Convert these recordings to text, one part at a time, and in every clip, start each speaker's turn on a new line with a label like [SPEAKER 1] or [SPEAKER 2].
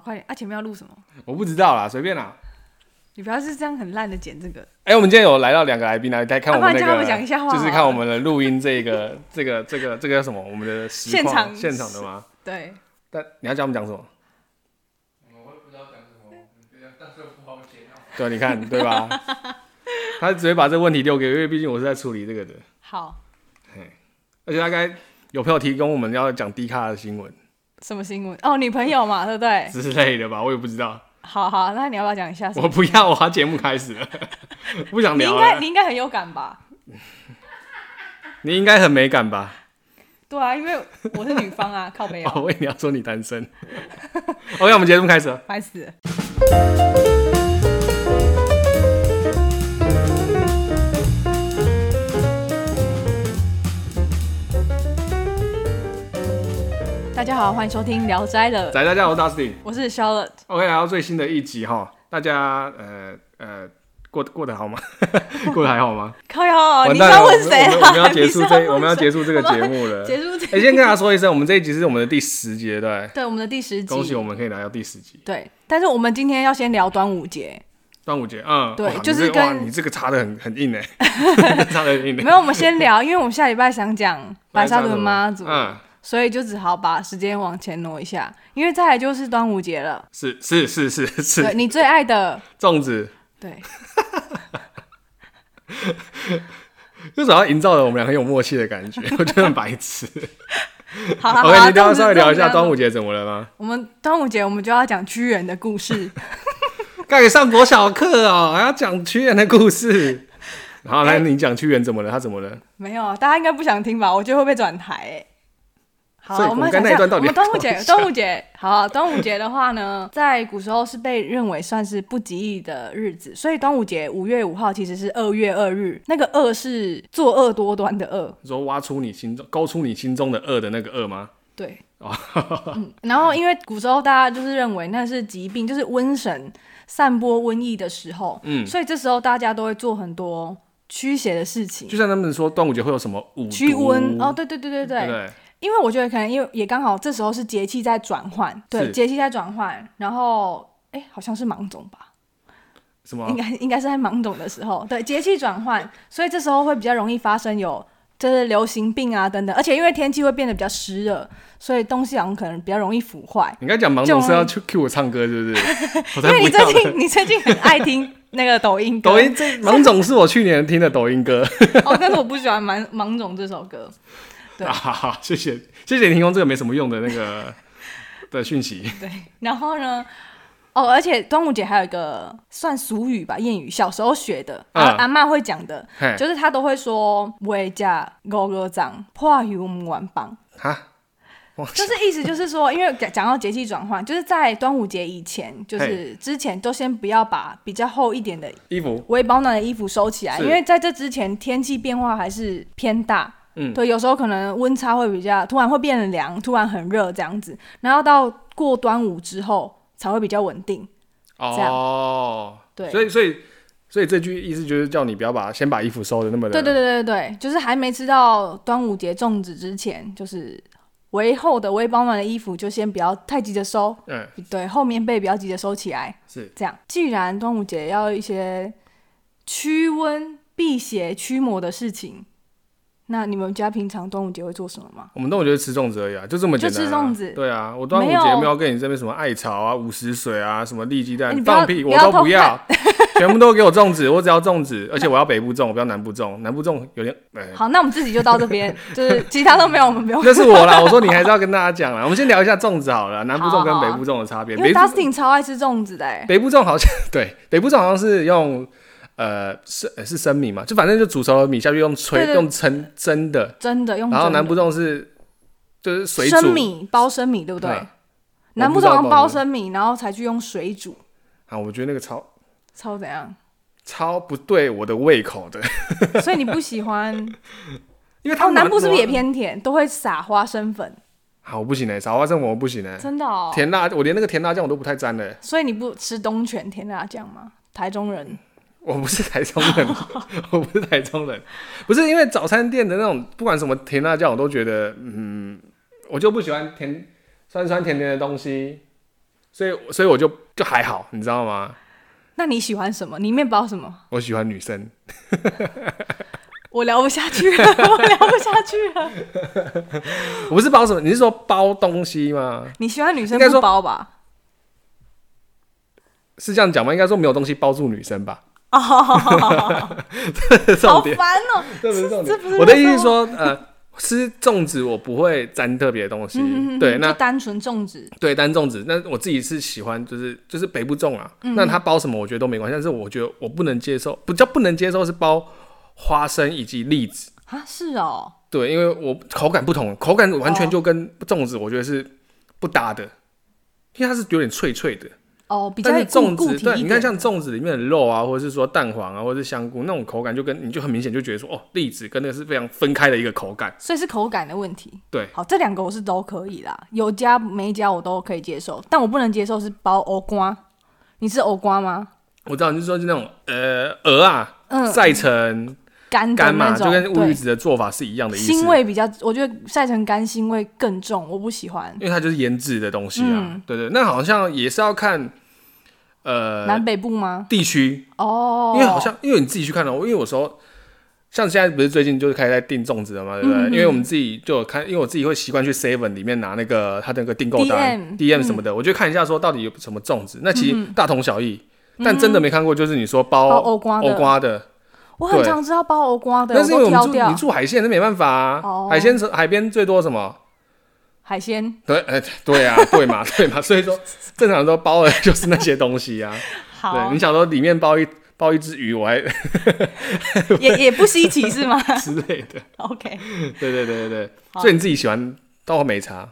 [SPEAKER 1] 快点啊！前面要录什么？
[SPEAKER 2] 我不知道啦，随便啦。
[SPEAKER 1] 你不要是这样很烂的剪这个。
[SPEAKER 2] 哎、我们今天有来到两个来宾来来看我们那
[SPEAKER 1] 啊不然叫他
[SPEAKER 2] 个，
[SPEAKER 1] 们讲一下话好了
[SPEAKER 2] 就是看我们的录音这个 这个这个这个叫什么？我们的实况
[SPEAKER 1] 现场
[SPEAKER 2] 现场的吗？
[SPEAKER 1] 对，
[SPEAKER 2] 但你要叫他们讲什么？对，啊你看，对吧？他直接把这个问题丢给我，因为毕竟我是在处理这个的，
[SPEAKER 1] 好，
[SPEAKER 2] 而且大概有朋友提供我们要讲低咖的新闻
[SPEAKER 1] 什么新闻？哦，女朋友嘛，对不对？
[SPEAKER 2] 之类的吧，我也不知道。
[SPEAKER 1] 好好，那你要不要讲一下？
[SPEAKER 2] 我不要，我要节目开始了， 不想
[SPEAKER 1] 你应
[SPEAKER 2] 聊
[SPEAKER 1] 该
[SPEAKER 2] 了。
[SPEAKER 1] 你应该很有感吧？
[SPEAKER 2] 你应该很美感吧？
[SPEAKER 1] 对啊，因为我是女方 啊，靠背
[SPEAKER 2] 哦，
[SPEAKER 1] 哦，
[SPEAKER 2] 我以为你要说你单身。OK，我们节目开始了。
[SPEAKER 1] 烦死了。大家好，欢迎收听《聊斋》的，
[SPEAKER 2] 仔，大家好，我是 Dustin。
[SPEAKER 1] 我是 Charlotte。
[SPEAKER 2] OK，来到最新的一集哈，大家呃呃过得过得好吗？ 过得还好吗？
[SPEAKER 1] 靠腰，
[SPEAKER 2] 完
[SPEAKER 1] 你
[SPEAKER 2] 蛋
[SPEAKER 1] 要
[SPEAKER 2] 了，我
[SPEAKER 1] 问
[SPEAKER 2] 们
[SPEAKER 1] 谁
[SPEAKER 2] 我
[SPEAKER 1] 啊？
[SPEAKER 2] 们我们要结束
[SPEAKER 1] 你是
[SPEAKER 2] 这，
[SPEAKER 1] 问
[SPEAKER 2] 我们
[SPEAKER 1] 谁啊
[SPEAKER 2] 要结束这个节目了。
[SPEAKER 1] 结束这
[SPEAKER 2] 哎，先跟大家说一声，我们这一集是我们的第十集了，对不
[SPEAKER 1] 对，我们的第十
[SPEAKER 2] 对，
[SPEAKER 1] 集，
[SPEAKER 2] 恭喜我们可以来到第十集。
[SPEAKER 1] 对，但是我们今天要先聊端午 节，
[SPEAKER 2] 端午节，嗯，
[SPEAKER 1] 对
[SPEAKER 2] 哇你
[SPEAKER 1] 就是
[SPEAKER 2] 这哇，
[SPEAKER 1] 跟
[SPEAKER 2] 你这个插的很很 硬哎， 插的很硬
[SPEAKER 1] 没
[SPEAKER 2] 哎。
[SPEAKER 1] 有，我们先聊，因为我们下礼拜想讲 白沙屯妈 祖，
[SPEAKER 2] 嗯，
[SPEAKER 1] 所以就只好把时间往前挪一下，因为再来就是端午节了，
[SPEAKER 2] 是是是是 是，
[SPEAKER 1] 对你最爱的，
[SPEAKER 2] 粽子
[SPEAKER 1] 对，
[SPEAKER 2] 为什么要营造的我们俩很有默契的感觉？我觉得很白痴。
[SPEAKER 1] 好好好
[SPEAKER 2] OK，你等一
[SPEAKER 1] 粽
[SPEAKER 2] 下
[SPEAKER 1] 子
[SPEAKER 2] 稍微聊一下
[SPEAKER 1] 粽子啊
[SPEAKER 2] 端午节怎么了吗？
[SPEAKER 1] 我们端午节我们就要讲屈原的故事，
[SPEAKER 2] 该上国小课哦，还要讲屈原的 故事。好，
[SPEAKER 1] 哎
[SPEAKER 2] 来你讲屈原怎么了？他怎么了？
[SPEAKER 1] 没有，啊，大家应该不想听吧？我觉得会被转台、欸。好
[SPEAKER 2] 所以
[SPEAKER 1] 啊，我们
[SPEAKER 2] 我们刚才
[SPEAKER 1] 想
[SPEAKER 2] 那一
[SPEAKER 1] 象，
[SPEAKER 2] 段到
[SPEAKER 1] 我
[SPEAKER 2] 底
[SPEAKER 1] 们端午
[SPEAKER 2] 要
[SPEAKER 1] 节，
[SPEAKER 2] 讲
[SPEAKER 1] 端午节，好啊、端午节的话呢，在古时候是被认为算是不吉利的日子，所以端午节五月五号其实是二月二日，那个恶是作恶多端的恶，
[SPEAKER 2] 你说挖出你心中、勾出你心中的恶的那个恶吗？
[SPEAKER 1] 对。
[SPEAKER 2] 哦
[SPEAKER 1] 嗯，然后因为古时候大家就是认为那是疾病，就是瘟神散播瘟疫的时候，
[SPEAKER 2] 嗯
[SPEAKER 1] 所以这时候大家都会做很多驱邪的事情
[SPEAKER 2] 就，像他们说端午节会有什么五毒
[SPEAKER 1] 驱瘟哦，，对对对对
[SPEAKER 2] 对不对？
[SPEAKER 1] 因为我觉得可能因为也刚好这时候是节气在转换，对，
[SPEAKER 2] 是
[SPEAKER 1] 节气在转换，然后哎，好像是芒种吧，
[SPEAKER 2] 什么
[SPEAKER 1] 应该应该是在芒种的时候，对，节气转换，所以这时候会比较容易发生有就是流行病啊等等，而且因为天气会变得比较湿热，所以东西好像可能比较容易腐坏。
[SPEAKER 2] 你刚才讲盲
[SPEAKER 1] 就
[SPEAKER 2] 农是要去 Q 我唱歌，是 不是？我才
[SPEAKER 1] 因为
[SPEAKER 2] 不
[SPEAKER 1] 你最
[SPEAKER 2] 要呢。
[SPEAKER 1] 近你 最近很爱听那个抖音歌，
[SPEAKER 2] 抖音这盲总是我去年听的抖音歌，
[SPEAKER 1] 哦，但是我不喜欢芒芒种这首歌。对
[SPEAKER 2] 啊好好谢谢谢谢你提供这个没什么用的那个的讯息，
[SPEAKER 1] 对，然后呢？哦，而且端午节还有一个算俗语吧，谚语，小时候学的，
[SPEAKER 2] 嗯
[SPEAKER 1] 阿阿嬷会讲的，
[SPEAKER 2] 嘿，
[SPEAKER 1] 就是她都会说“为家狗狗长破油木碗 棒
[SPEAKER 2] 哈，哇”，
[SPEAKER 1] 就是意思就是说，因为讲讲到节气转换，就是在端午节以前，就是之前都先不要把比较厚一点的
[SPEAKER 2] 衣服
[SPEAKER 1] 微保暖的衣服收起来，
[SPEAKER 2] 是
[SPEAKER 1] 因为在这之前天气变化还是偏大。
[SPEAKER 2] 嗯
[SPEAKER 1] 对，有时候可能温差会比较突然会变凉，突然很热这样子，然后到过端午之后才会比较稳定。这样
[SPEAKER 2] 哦，
[SPEAKER 1] 对
[SPEAKER 2] 所以所以所以这句意思就是叫你不要把先把衣服收的那么的，
[SPEAKER 1] 对对对对对，就是还没吃到端午节粽子之前，就是围厚的微保暖的衣服就先不要太急着收，
[SPEAKER 2] 嗯，
[SPEAKER 1] 对，厚棉被不要急着收起来。
[SPEAKER 2] 是
[SPEAKER 1] 这样，既然端午节要一些驱瘟、辟邪、驱魔的事情，那你们家平常端午节会做什么吗？
[SPEAKER 2] 我们端午节吃粽子而已啊，就这么简单、啊，
[SPEAKER 1] 就吃粽子
[SPEAKER 2] 对啊，我端午
[SPEAKER 1] 没有哎
[SPEAKER 2] 节没有跟你这边什么艾草啊、午时水啊、什么利鸡蛋
[SPEAKER 1] 你，不要
[SPEAKER 2] 放屁，
[SPEAKER 1] 不
[SPEAKER 2] 我
[SPEAKER 1] 要
[SPEAKER 2] 都
[SPEAKER 1] 偷
[SPEAKER 2] 不要， 全部都给我粽子，我只要粽子，而且我要北部粽，我不要南部粽，南部粽有点， 哎、
[SPEAKER 1] 好，那我们自己就到这 边，就是其他都没有，我们不用。
[SPEAKER 2] 那是我啦，我说你还是要跟大家讲啦，我们先聊一下粽子好了，南部粽跟
[SPEAKER 1] 好好
[SPEAKER 2] 北
[SPEAKER 1] 好
[SPEAKER 2] 部粽的差别。
[SPEAKER 1] 因为
[SPEAKER 2] 北部
[SPEAKER 1] Dustin 超爱吃粽子的、欸，
[SPEAKER 2] 北部粽好像 对，北部粽好像是用呃是呃是生米嘛，就反正就煮熟了米下去用
[SPEAKER 1] 对
[SPEAKER 2] 吹
[SPEAKER 1] 对
[SPEAKER 2] 用蒸蒸的，
[SPEAKER 1] 真的用
[SPEAKER 2] 然后
[SPEAKER 1] 真的
[SPEAKER 2] 南部粽是就是水煮
[SPEAKER 1] 生米包生米，对不对？
[SPEAKER 2] 嗯
[SPEAKER 1] 南部
[SPEAKER 2] 我不知
[SPEAKER 1] 通
[SPEAKER 2] 道
[SPEAKER 1] 常包
[SPEAKER 2] 包什么
[SPEAKER 1] 生米，然后才去用水煮，
[SPEAKER 2] 啊，我觉得那个超
[SPEAKER 1] 超怎样？
[SPEAKER 2] 超不对我的胃口的，
[SPEAKER 1] 所以你不喜欢？
[SPEAKER 2] 因为他
[SPEAKER 1] 哦，
[SPEAKER 2] 们
[SPEAKER 1] 南部是不是也偏甜？都会撒花生粉，
[SPEAKER 2] 啊？我不行哎、欸，撒花生我不行哎、
[SPEAKER 1] 真的哦。
[SPEAKER 2] 甜辣我连那个甜辣酱我都不太沾欸嘞、
[SPEAKER 1] 所以你不吃东泉甜辣酱吗？台中人
[SPEAKER 2] 我不是台中人， 我不是台中人，不是因为早餐店的那种，不管什么甜辣酱，我都觉得，嗯，我就不喜欢甜酸酸甜甜的东西。所以所以我就就还好，你知道吗？
[SPEAKER 1] 那你喜欢什么？你面包什么？
[SPEAKER 2] 我喜欢女生，
[SPEAKER 1] 我聊不下去了， 我聊不下去了。
[SPEAKER 2] 我不是包什么，你是说包东西吗？
[SPEAKER 1] 你喜欢女生
[SPEAKER 2] 应该说
[SPEAKER 1] 不包吧？
[SPEAKER 2] 是这样讲吗？应该说没有东西包住女生吧？
[SPEAKER 1] 哦， 好
[SPEAKER 2] 这是重点，
[SPEAKER 1] 烦哦。
[SPEAKER 2] 这不是重
[SPEAKER 1] 这
[SPEAKER 2] 点
[SPEAKER 1] 不是。
[SPEAKER 2] 我的意思是说，呃，吃粽子我不会沾特别的东西，对，那
[SPEAKER 1] 嗯就单纯种植，
[SPEAKER 2] 对单粽子，那我自己是喜欢，就是就是北部粽啊，那
[SPEAKER 1] 嗯
[SPEAKER 2] 它包什么我觉得都没关系，但是我觉得我不能接受，不叫不能接受是包花生以及栗子，
[SPEAKER 1] 啊，是哦，
[SPEAKER 2] 对，因为我口感不同，口感完全就跟粽子我觉得是不搭的，因为它是有点脆脆的，
[SPEAKER 1] 哦，比较
[SPEAKER 2] 但是
[SPEAKER 1] 固
[SPEAKER 2] 粽
[SPEAKER 1] 固
[SPEAKER 2] 子
[SPEAKER 1] 体
[SPEAKER 2] 对，
[SPEAKER 1] 一
[SPEAKER 2] 你看
[SPEAKER 1] 点
[SPEAKER 2] 像粽子里面的肉啊，或者是说蛋黄啊，或者是香菇那种口感，就跟你就很明显就觉得说，哦，栗子跟那个是非常分开的一个口感，
[SPEAKER 1] 所以是口感的问题。
[SPEAKER 2] 对，
[SPEAKER 1] 好，这两个我是都可以啦，有加没加我都可以接受，但我不能接受是包欧瓜。你是欧瓜吗？
[SPEAKER 2] 我知道，你是说是那种呃鹅啊，
[SPEAKER 1] 嗯，
[SPEAKER 2] 晒成
[SPEAKER 1] 干的
[SPEAKER 2] 干
[SPEAKER 1] 那
[SPEAKER 2] 嘛，就
[SPEAKER 1] 种，
[SPEAKER 2] 跟乌鱼
[SPEAKER 1] 对，
[SPEAKER 2] 子的做法是一样的意思，
[SPEAKER 1] 腥味比较，我觉得晒成干腥味更重，我不喜欢。
[SPEAKER 2] 因为它就是腌制的东西啊，
[SPEAKER 1] 嗯
[SPEAKER 2] 对对，那好像也是要看呃
[SPEAKER 1] 南北部吗？
[SPEAKER 2] 地区，
[SPEAKER 1] 哦，
[SPEAKER 2] 因为好像因为你自己去看了、啊我因为有时候像现在不是最近就是开始在订粽子了嘛，对不对？
[SPEAKER 1] 嗯
[SPEAKER 2] 因为我们自己就有看，因为我自己会习惯去 Seven 里面拿那个它的那个订购单
[SPEAKER 1] DM
[SPEAKER 2] 什么的，我就看一下说到底有什么粽子，那其实大同小异。但真的没看过，就是你说包
[SPEAKER 1] 嗯包欧瓜的
[SPEAKER 2] 欧瓜的，
[SPEAKER 1] 我很
[SPEAKER 2] 对
[SPEAKER 1] 常知道包欧瓜的，
[SPEAKER 2] 但是因为
[SPEAKER 1] 都
[SPEAKER 2] 我们
[SPEAKER 1] 挑
[SPEAKER 2] 住
[SPEAKER 1] 掉
[SPEAKER 2] 你住海鲜，那没办法啊。
[SPEAKER 1] 哦
[SPEAKER 2] 海鲜海边最多什么？
[SPEAKER 1] 海鲜。
[SPEAKER 2] 对，哎、对啊，对嘛，对嘛，所以说正常都包的就是那些东西啊。对
[SPEAKER 1] 好
[SPEAKER 2] 你，想说里面包一包一只 鱼，我还
[SPEAKER 1] 也也不稀奇是吗
[SPEAKER 2] 之类的。
[SPEAKER 1] ？OK，
[SPEAKER 2] 对对对对对，
[SPEAKER 1] 好
[SPEAKER 2] 所以你自己喜欢倒我没差，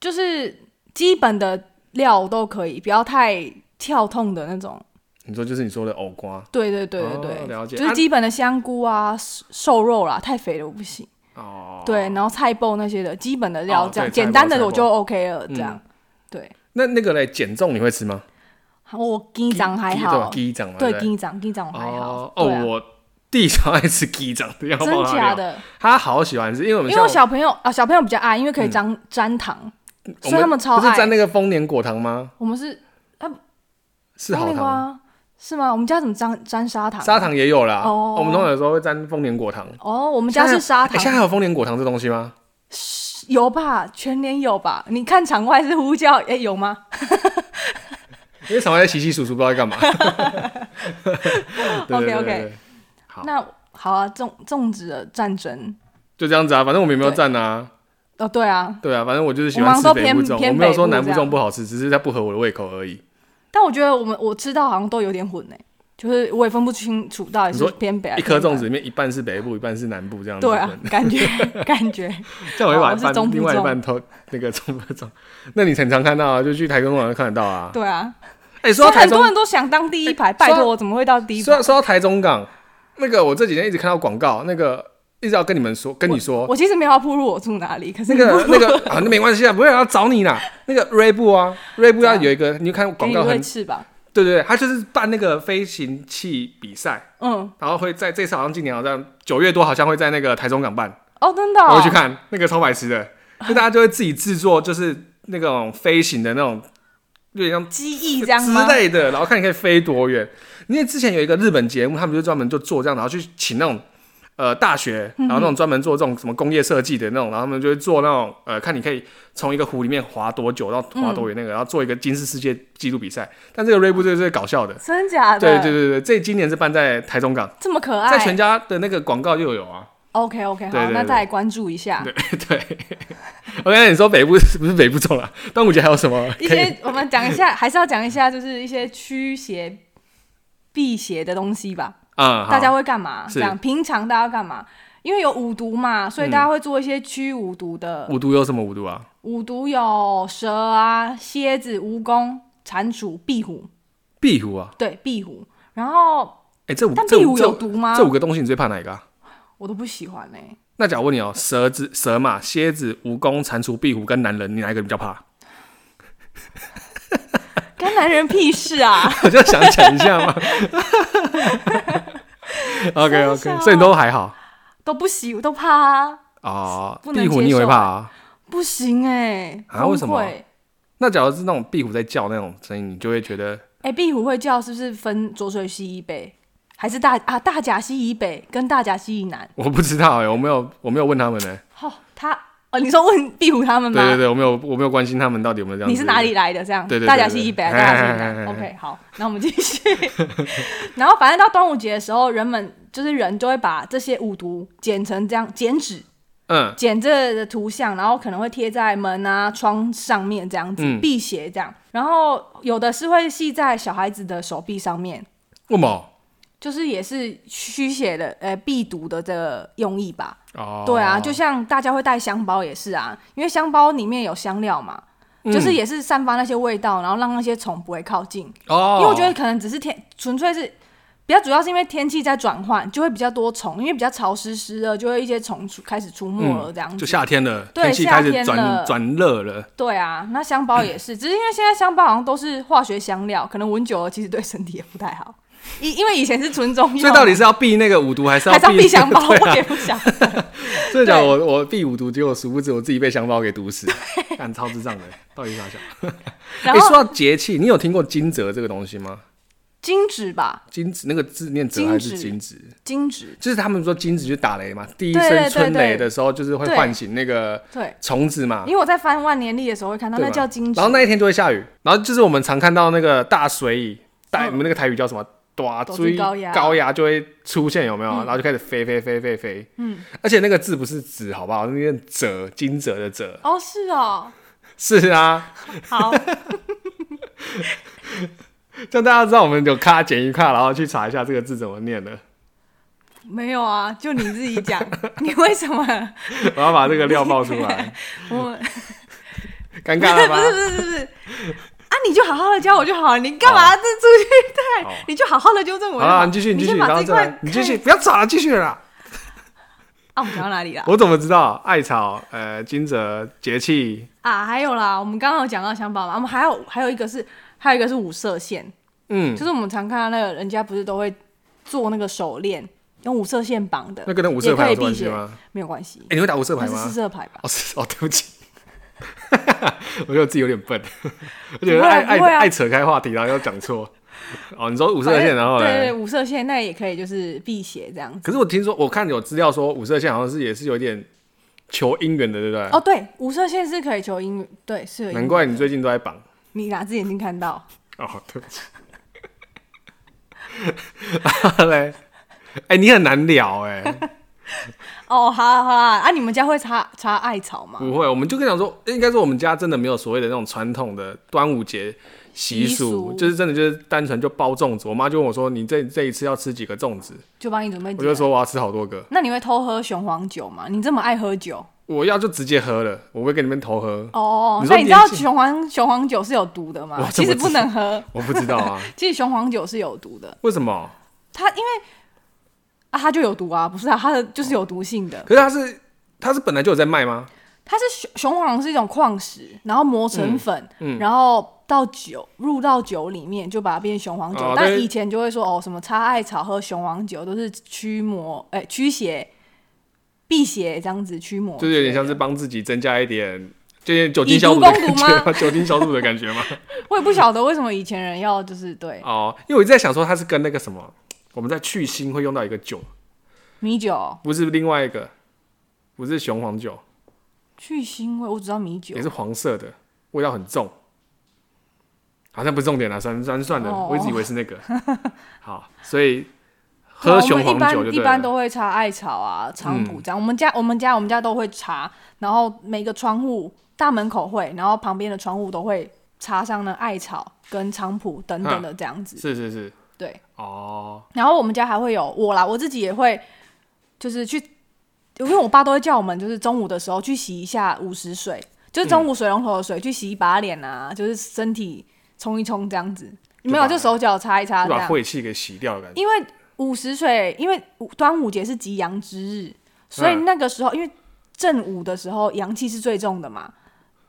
[SPEAKER 1] 就是基本的料都可以，不要太跳痛的那种。
[SPEAKER 2] 你说就是你说的藕瓜
[SPEAKER 1] 对对对对对，
[SPEAKER 2] 哦了解
[SPEAKER 1] 就是基本的香菇啊、瘦瘦肉啦，太肥的我不行。
[SPEAKER 2] 哦。
[SPEAKER 1] 对，，然后菜爆那些的基本的料，
[SPEAKER 2] 哦
[SPEAKER 1] 这样、
[SPEAKER 2] 对
[SPEAKER 1] 简
[SPEAKER 2] 菜
[SPEAKER 1] 单
[SPEAKER 2] 爆
[SPEAKER 1] 的
[SPEAKER 2] 菜
[SPEAKER 1] 我就 OK 了，
[SPEAKER 2] 嗯
[SPEAKER 1] 这样。对，
[SPEAKER 2] 那那个嘞，减重你会吃吗？
[SPEAKER 1] 我鸡掌还好，
[SPEAKER 2] 鸡掌嘛，
[SPEAKER 1] 对
[SPEAKER 2] 不
[SPEAKER 1] 鸡掌鸡掌我还好
[SPEAKER 2] 哦。哦，
[SPEAKER 1] 对啊，
[SPEAKER 2] 我弟超爱吃鸡掌的，要
[SPEAKER 1] 真
[SPEAKER 2] 爆他
[SPEAKER 1] 假
[SPEAKER 2] 料，
[SPEAKER 1] 的？
[SPEAKER 2] 他好喜欢吃，因为我
[SPEAKER 1] 因
[SPEAKER 2] 们
[SPEAKER 1] 为我
[SPEAKER 2] 像
[SPEAKER 1] 小朋友啊，小朋友比较爱，因为可以沾沾糖，
[SPEAKER 2] 嗯我
[SPEAKER 1] 所以他们超
[SPEAKER 2] 不是
[SPEAKER 1] 爱
[SPEAKER 2] 沾那个丰年果糖吗？
[SPEAKER 1] 我们是
[SPEAKER 2] 是好
[SPEAKER 1] 那个
[SPEAKER 2] 糖，
[SPEAKER 1] 啊是吗？我们家怎么沾沾砂糖？啊
[SPEAKER 2] 砂糖也有啦。
[SPEAKER 1] 哦
[SPEAKER 2] 我们通常有时候会沾丰年果糖。
[SPEAKER 1] 哦，我们家是砂
[SPEAKER 2] 哎现在
[SPEAKER 1] 糖，
[SPEAKER 2] 还有丰年果糖这东西吗？
[SPEAKER 1] 有吧？全年有吧？你看场外是呼叫，哎、有吗？
[SPEAKER 2] 因为常常在洗洗数数，不知道在干嘛。 对对对
[SPEAKER 1] OK，OK
[SPEAKER 2] 对好
[SPEAKER 1] 那好啊，粽粽子的战争，
[SPEAKER 2] 就这样子啊，反正我们也没有站啊，
[SPEAKER 1] 哦，对啊，
[SPEAKER 2] 对啊，反正我就是喜
[SPEAKER 1] 我
[SPEAKER 2] 欢
[SPEAKER 1] 们
[SPEAKER 2] 吃
[SPEAKER 1] 都
[SPEAKER 2] 北部
[SPEAKER 1] 偏
[SPEAKER 2] 粽，
[SPEAKER 1] 偏
[SPEAKER 2] 我没有
[SPEAKER 1] 北
[SPEAKER 2] 说
[SPEAKER 1] 部
[SPEAKER 2] 南部
[SPEAKER 1] 这样
[SPEAKER 2] 粽不好吃，只是它不合我的胃口而已。
[SPEAKER 1] 但我觉得我们我吃到好像都有点混哎、就是我也分不清楚到底
[SPEAKER 2] 你
[SPEAKER 1] 是
[SPEAKER 2] 说
[SPEAKER 1] 偏北还
[SPEAKER 2] 一
[SPEAKER 1] 是
[SPEAKER 2] 颗粽
[SPEAKER 1] 南
[SPEAKER 2] 子里面一半是北部，一半是南部，这样子。
[SPEAKER 1] 对啊，感觉 感觉
[SPEAKER 2] 这样我会把
[SPEAKER 1] 哦
[SPEAKER 2] 一
[SPEAKER 1] 是中
[SPEAKER 2] 半
[SPEAKER 1] 部
[SPEAKER 2] 另外一
[SPEAKER 1] 粽
[SPEAKER 2] 半偷那个中部粽。那你很常看到啊，就去台中广就看得到啊。
[SPEAKER 1] 对啊，
[SPEAKER 2] 哎，
[SPEAKER 1] 所
[SPEAKER 2] 说
[SPEAKER 1] 以
[SPEAKER 2] 到台
[SPEAKER 1] 很多
[SPEAKER 2] 中，
[SPEAKER 1] 人都想当第一排，
[SPEAKER 2] 哎
[SPEAKER 1] 拜
[SPEAKER 2] 说
[SPEAKER 1] 托我怎么会到第一
[SPEAKER 2] 说
[SPEAKER 1] 排
[SPEAKER 2] 到？说到台中港，那个我这几天一直看到广告，那个一直要跟你们说，跟你说，
[SPEAKER 1] 我其实没有要铺路我住哪里，可是
[SPEAKER 2] 那
[SPEAKER 1] 你不
[SPEAKER 2] 个 那个啊，那没关系啊，不会要找你啦。那个锐步啊，锐步要
[SPEAKER 1] 这样
[SPEAKER 2] 有一个，你就看
[SPEAKER 1] 给
[SPEAKER 2] 广
[SPEAKER 1] 你
[SPEAKER 2] 告
[SPEAKER 1] 对
[SPEAKER 2] 很，
[SPEAKER 1] 翅膀，
[SPEAKER 2] 对对对，他就是办那个飞行器比赛，
[SPEAKER 1] 嗯，
[SPEAKER 2] 然后会在这次好像今年好像九月多好像会在那个台中港办，
[SPEAKER 1] 哦，真的、哦，
[SPEAKER 2] 我会去看那个超白痴的，就大家就会自己制作，就是那种飞行的那种，有点像
[SPEAKER 1] 机翼这样吗？
[SPEAKER 2] 之类的，然后看你可以飞多远。因为之前有一个日本节目，他们就专门就做这样，然后去请那种呃大学，
[SPEAKER 1] 嗯
[SPEAKER 2] 然后那种专门做这种什么工业设计的那种，然后他们就会做那种呃，看你可以从一个湖里面滑多久，然后滑多远
[SPEAKER 1] 嗯
[SPEAKER 2] 那个，然后做一个金氏世界纪录比赛。但这个瑞布这个是搞笑的，
[SPEAKER 1] 真假的？
[SPEAKER 2] 对对对对，这今年是办在台中港，
[SPEAKER 1] 这么可爱，
[SPEAKER 2] 在全家的那个广告又有啊。
[SPEAKER 1] OK OK，好，
[SPEAKER 2] 对对
[SPEAKER 1] 那
[SPEAKER 2] 对
[SPEAKER 1] 再来关注一下
[SPEAKER 2] 对对，我刚才你说北部 不是北部中了，端午节还有什么
[SPEAKER 1] 一
[SPEAKER 2] 可以？
[SPEAKER 1] 些，我们讲一下，还是要讲一下，就是一些驱邪、辟邪的东西吧。
[SPEAKER 2] 嗯，好
[SPEAKER 1] 大家会干嘛？
[SPEAKER 2] 是嗯
[SPEAKER 1] 这样，平常大家干嘛？因为有五毒嘛，所以大家会做一些驱五毒的。
[SPEAKER 2] 五毒有什么五毒啊？
[SPEAKER 1] 五毒有蛇啊、蝎子、蜈蚣、蟾蜍、壁虎，
[SPEAKER 2] 壁虎啊，
[SPEAKER 1] 对，壁虎。然后，
[SPEAKER 2] 哎、这五
[SPEAKER 1] 但
[SPEAKER 2] 这
[SPEAKER 1] 壁
[SPEAKER 2] 五
[SPEAKER 1] 虎
[SPEAKER 2] 这
[SPEAKER 1] 有
[SPEAKER 2] 五
[SPEAKER 1] 毒吗？
[SPEAKER 2] 这五个东西你最怕哪一个、啊？
[SPEAKER 1] 我都不喜欢欸嘞、
[SPEAKER 2] 那假如问你哦，蛇子、蛇嘛、蝎子、蜈蚣、蟾蜍、壁虎跟男人，你哪一个比较怕？
[SPEAKER 1] 干男人屁事啊！
[SPEAKER 2] 我就想讲一下嘛。OK
[SPEAKER 1] 真的
[SPEAKER 2] OK，
[SPEAKER 1] 哦
[SPEAKER 2] 所以你都还好
[SPEAKER 1] 都不喜，都怕啊，
[SPEAKER 2] 哦。
[SPEAKER 1] 不能
[SPEAKER 2] 壁虎
[SPEAKER 1] 接
[SPEAKER 2] 你也会
[SPEAKER 1] 受
[SPEAKER 2] 怕啊？
[SPEAKER 1] 不行哎、
[SPEAKER 2] 啊为什么
[SPEAKER 1] 崩溃
[SPEAKER 2] 那假如是那种壁虎在叫那种声音，你就会觉得
[SPEAKER 1] 哎、壁虎会叫是不是分浊水溪以北，还是大啊大甲溪以北跟大甲溪以南？
[SPEAKER 2] 我不知道哎、我没有我没有问他们呢、欸
[SPEAKER 1] 哦，他哦，你说问壁虎他们吗？
[SPEAKER 2] 对对对，我没有我没有关心他们到底有没有这样。
[SPEAKER 1] 你是哪？里来的？这样，
[SPEAKER 2] 对对对
[SPEAKER 1] 大甲溪以北，啊
[SPEAKER 2] 对
[SPEAKER 1] 大
[SPEAKER 2] 对
[SPEAKER 1] 甲溪以
[SPEAKER 2] 哎哎哎哎
[SPEAKER 1] 南。OK，好，那我们继续。然后反正到端午节的时候，人们就是人就会把这些五毒剪成这样剪纸，
[SPEAKER 2] 嗯，
[SPEAKER 1] 剪这的图像，然后可能会贴在门啊窗上面这样子
[SPEAKER 2] 嗯
[SPEAKER 1] 辟邪这样。然后有的是会系在小孩子的手臂上面，
[SPEAKER 2] 为毛？
[SPEAKER 1] 就是也是驱邪的呃避毒的这个用意吧。
[SPEAKER 2] 哦，
[SPEAKER 1] 对啊，就像大家会带香包也是啊，因为香包里面有香料嘛，
[SPEAKER 2] 嗯
[SPEAKER 1] 就是也是散发那些味道，然后让那些虫不会靠近。
[SPEAKER 2] 哦，
[SPEAKER 1] 因为我觉得可能只是天，纯粹是比较主要是因为天气在转换，就会比较多虫，因为比较潮湿湿热，就会一些虫出开始出没了这样子。
[SPEAKER 2] 嗯就夏天了，
[SPEAKER 1] 对
[SPEAKER 2] 天气
[SPEAKER 1] 夏
[SPEAKER 2] 开始
[SPEAKER 1] 天
[SPEAKER 2] 转
[SPEAKER 1] 了
[SPEAKER 2] 转热了。
[SPEAKER 1] 对啊，那香包也 是，只是因为现在香包好像都是化学香料，可能闻久了其实对身体也不太好。因因为以前是纯中药嘛，
[SPEAKER 2] 所以到底是要避那个五毒，还是
[SPEAKER 1] 还是要
[SPEAKER 2] 避
[SPEAKER 1] 避香包，
[SPEAKER 2] 对
[SPEAKER 1] 我
[SPEAKER 2] 啊，
[SPEAKER 1] 也不想。
[SPEAKER 2] 所以讲
[SPEAKER 1] 对
[SPEAKER 2] 我我避五毒，结果殊不知我自己被香包给 毒死，干超智障的，到底啥想？
[SPEAKER 1] 然
[SPEAKER 2] 欸
[SPEAKER 1] 后
[SPEAKER 2] 说到节气，你有听过惊蛰这个东西吗？
[SPEAKER 1] 金纸吧，
[SPEAKER 2] 惊蛰那个字念蛰
[SPEAKER 1] 惊
[SPEAKER 2] 还是
[SPEAKER 1] 蛰
[SPEAKER 2] 惊蛰？
[SPEAKER 1] 金纸，
[SPEAKER 2] 就是他们说惊蛰就打雷嘛，第一
[SPEAKER 1] 对对
[SPEAKER 2] 声
[SPEAKER 1] 对
[SPEAKER 2] 春雷
[SPEAKER 1] 对
[SPEAKER 2] 的时候，就是会
[SPEAKER 1] 对
[SPEAKER 2] 唤醒那个
[SPEAKER 1] 对，
[SPEAKER 2] 虫子嘛
[SPEAKER 1] 因。为我在翻万年历的时候会看到
[SPEAKER 2] 啊对
[SPEAKER 1] 那
[SPEAKER 2] 吧
[SPEAKER 1] 叫金纸，
[SPEAKER 2] 然后那一天就会下雨，然后就是我们常看到那个大水蚁，大
[SPEAKER 1] 嗯
[SPEAKER 2] 我们那个台语叫什么？大
[SPEAKER 1] 大
[SPEAKER 2] 水
[SPEAKER 1] 水高压嗯
[SPEAKER 2] 高压就会出现，有没有？然后就开始飞飞飞飞飞。嗯，而且那个字不是“纸”，好不好？那个“蛰”惊蛰的“蛰
[SPEAKER 1] 哦是哦，”。
[SPEAKER 2] 是啊，
[SPEAKER 1] 好，
[SPEAKER 2] 这样大家知道我们有咔减一咔，然后去查一下这个字怎么念的。
[SPEAKER 1] 没有啊，就你自己讲， 你为什么？
[SPEAKER 2] 我要把这个料爆出 来，
[SPEAKER 1] 我
[SPEAKER 2] 尴
[SPEAKER 1] 不
[SPEAKER 2] 尬
[SPEAKER 1] 是 不
[SPEAKER 2] 了吧？
[SPEAKER 1] 是不是不是啊，你就好好的教我就好了，你干嘛这出去
[SPEAKER 2] 好
[SPEAKER 1] 带？你就好好的纠正我
[SPEAKER 2] 哦好
[SPEAKER 1] 就好。
[SPEAKER 2] 啦，你继续，
[SPEAKER 1] 你
[SPEAKER 2] 继续，
[SPEAKER 1] 先
[SPEAKER 2] 然后
[SPEAKER 1] 把这
[SPEAKER 2] 再
[SPEAKER 1] 块
[SPEAKER 2] 来
[SPEAKER 1] 看，
[SPEAKER 2] 你继续，不要吵了，继续了啦。
[SPEAKER 1] 啊，我们讲到哪里了？
[SPEAKER 2] 我怎么知道艾草、呃惊蛰、节气？
[SPEAKER 1] 啊，还有啦，我们刚刚有讲到香宝嘛，我们还有还有一个是，还有一个是五色线，
[SPEAKER 2] 嗯
[SPEAKER 1] 就，是我们常看到那个人家不是都会做那个手链，用五色线绑的，
[SPEAKER 2] 那跟那五色牌有
[SPEAKER 1] 也可以
[SPEAKER 2] 关
[SPEAKER 1] 避
[SPEAKER 2] 系
[SPEAKER 1] 邪
[SPEAKER 2] 吗？
[SPEAKER 1] 没有关系
[SPEAKER 2] 哎、，你会打五色
[SPEAKER 1] 那
[SPEAKER 2] 牌
[SPEAKER 1] 是四
[SPEAKER 2] 吗？
[SPEAKER 1] 色牌吧？
[SPEAKER 2] 哦，是哦， 对不起，我觉得我自己有点笨， 而
[SPEAKER 1] 不
[SPEAKER 2] 且
[SPEAKER 1] 会啊
[SPEAKER 2] 爱
[SPEAKER 1] 不会
[SPEAKER 2] 爱
[SPEAKER 1] 啊
[SPEAKER 2] 爱扯开话题，然后又讲错。哦，你说五色线，然后
[SPEAKER 1] 对对
[SPEAKER 2] 嘞
[SPEAKER 1] 对，？五色线那也可以就是辟邪这样子。
[SPEAKER 2] 可是我听说，我看有资料说五色线好像是也是有点求姻缘的，对不对？
[SPEAKER 1] 哦，对，五色线是可以求姻缘，对，是有姻缘
[SPEAKER 2] 难怪你最近都在绑。
[SPEAKER 1] 你哪只眼睛看到？
[SPEAKER 2] 哦，对 不起。然后嘞，哎、你很难聊哎、
[SPEAKER 1] 哦，好啦好啦，啊，你们家会插插艾草吗？
[SPEAKER 2] 不会，我们就跟你讲说，应该说我们家真的没有所谓的那种传统的端午节习
[SPEAKER 1] 习
[SPEAKER 2] 俗，
[SPEAKER 1] 俗
[SPEAKER 2] 就是真的就是单纯就包粽子。我妈就问我说：“你这这一次要吃几个粽子
[SPEAKER 1] 就帮你准备？”几
[SPEAKER 2] 我
[SPEAKER 1] 个。
[SPEAKER 2] 就说我要吃好多个，
[SPEAKER 1] 那你会偷喝雄黄酒吗？你这么爱喝酒
[SPEAKER 2] 我要就直接喝了，我不会跟你们投喝，
[SPEAKER 1] 哦哦，哦
[SPEAKER 2] 你说
[SPEAKER 1] 那你知道
[SPEAKER 2] 年纪
[SPEAKER 1] 雄黄雄黄酒是有毒的吗
[SPEAKER 2] 我？怎
[SPEAKER 1] 其
[SPEAKER 2] 么
[SPEAKER 1] 实不能喝，
[SPEAKER 2] 我不知道啊，
[SPEAKER 1] 其实雄黄酒是有毒的，
[SPEAKER 2] 为什么？
[SPEAKER 1] 它因为啊它就有毒啊，不是啊，它的就是有毒性的。
[SPEAKER 2] 可是它是它是本来就有在卖吗？
[SPEAKER 1] 它是雄雄黄是一种矿石，然后磨成粉，
[SPEAKER 2] 嗯嗯
[SPEAKER 1] 然后到酒入到酒里面，就把它变雄黄酒。
[SPEAKER 2] 哦
[SPEAKER 1] 但
[SPEAKER 2] 对
[SPEAKER 1] 以前就会说哦，什么插艾草喝雄黄酒都是驱魔，哎、驱邪、辟邪这样子驱魔，
[SPEAKER 2] 就是有点像是帮自己增加一点。就是酒精
[SPEAKER 1] 啊以
[SPEAKER 2] 消毒
[SPEAKER 1] 毒
[SPEAKER 2] 的
[SPEAKER 1] 攻
[SPEAKER 2] 感
[SPEAKER 1] 毒
[SPEAKER 2] 觉
[SPEAKER 1] 吗
[SPEAKER 2] 吗？酒精消毒的感觉吗？
[SPEAKER 1] 我也不晓得为什么以前人要就是对
[SPEAKER 2] 哦，因为我一直在想说它是跟那个什么，我们在去腥会用到一个酒，
[SPEAKER 1] 米酒
[SPEAKER 2] 不是另外一个，不是雄黄酒，
[SPEAKER 1] 去腥味，我只知道米酒
[SPEAKER 2] 也。是黄色的，味道很重。好像不是重点啦，算算算的，
[SPEAKER 1] 哦
[SPEAKER 2] 我一直以为是 那个。好，所以
[SPEAKER 1] 对啊
[SPEAKER 2] 喝雄黄
[SPEAKER 1] 我
[SPEAKER 2] 酒
[SPEAKER 1] 们一
[SPEAKER 2] 就
[SPEAKER 1] 般一
[SPEAKER 2] 对
[SPEAKER 1] 般
[SPEAKER 2] 了。嗯
[SPEAKER 1] 都会插艾草啊、菖蒲这样。我们家我们家我们家都会插，然后每个窗户、大门口会，然后旁边的窗户都会插上那艾草跟菖蒲等等的这样子。
[SPEAKER 2] 是是是，
[SPEAKER 1] 对，
[SPEAKER 2] 哦，
[SPEAKER 1] 然后我们家还会有我啦，我自己也会，就是去，因为我爸都会叫我们，就是中午的时候去洗一下午时水，就是中午水龙头的水、去洗一把脸啊，就是身体冲一冲这样子。
[SPEAKER 2] 就
[SPEAKER 1] 没有，
[SPEAKER 2] 把
[SPEAKER 1] 就手脚擦一擦啊这
[SPEAKER 2] 就把
[SPEAKER 1] 样。
[SPEAKER 2] 晦气给洗掉的感觉。
[SPEAKER 1] 因为午时水，因为午端午节是极阳之日，所以
[SPEAKER 2] 嗯
[SPEAKER 1] 那个时候，因为正午的时候阳气是最重的嘛，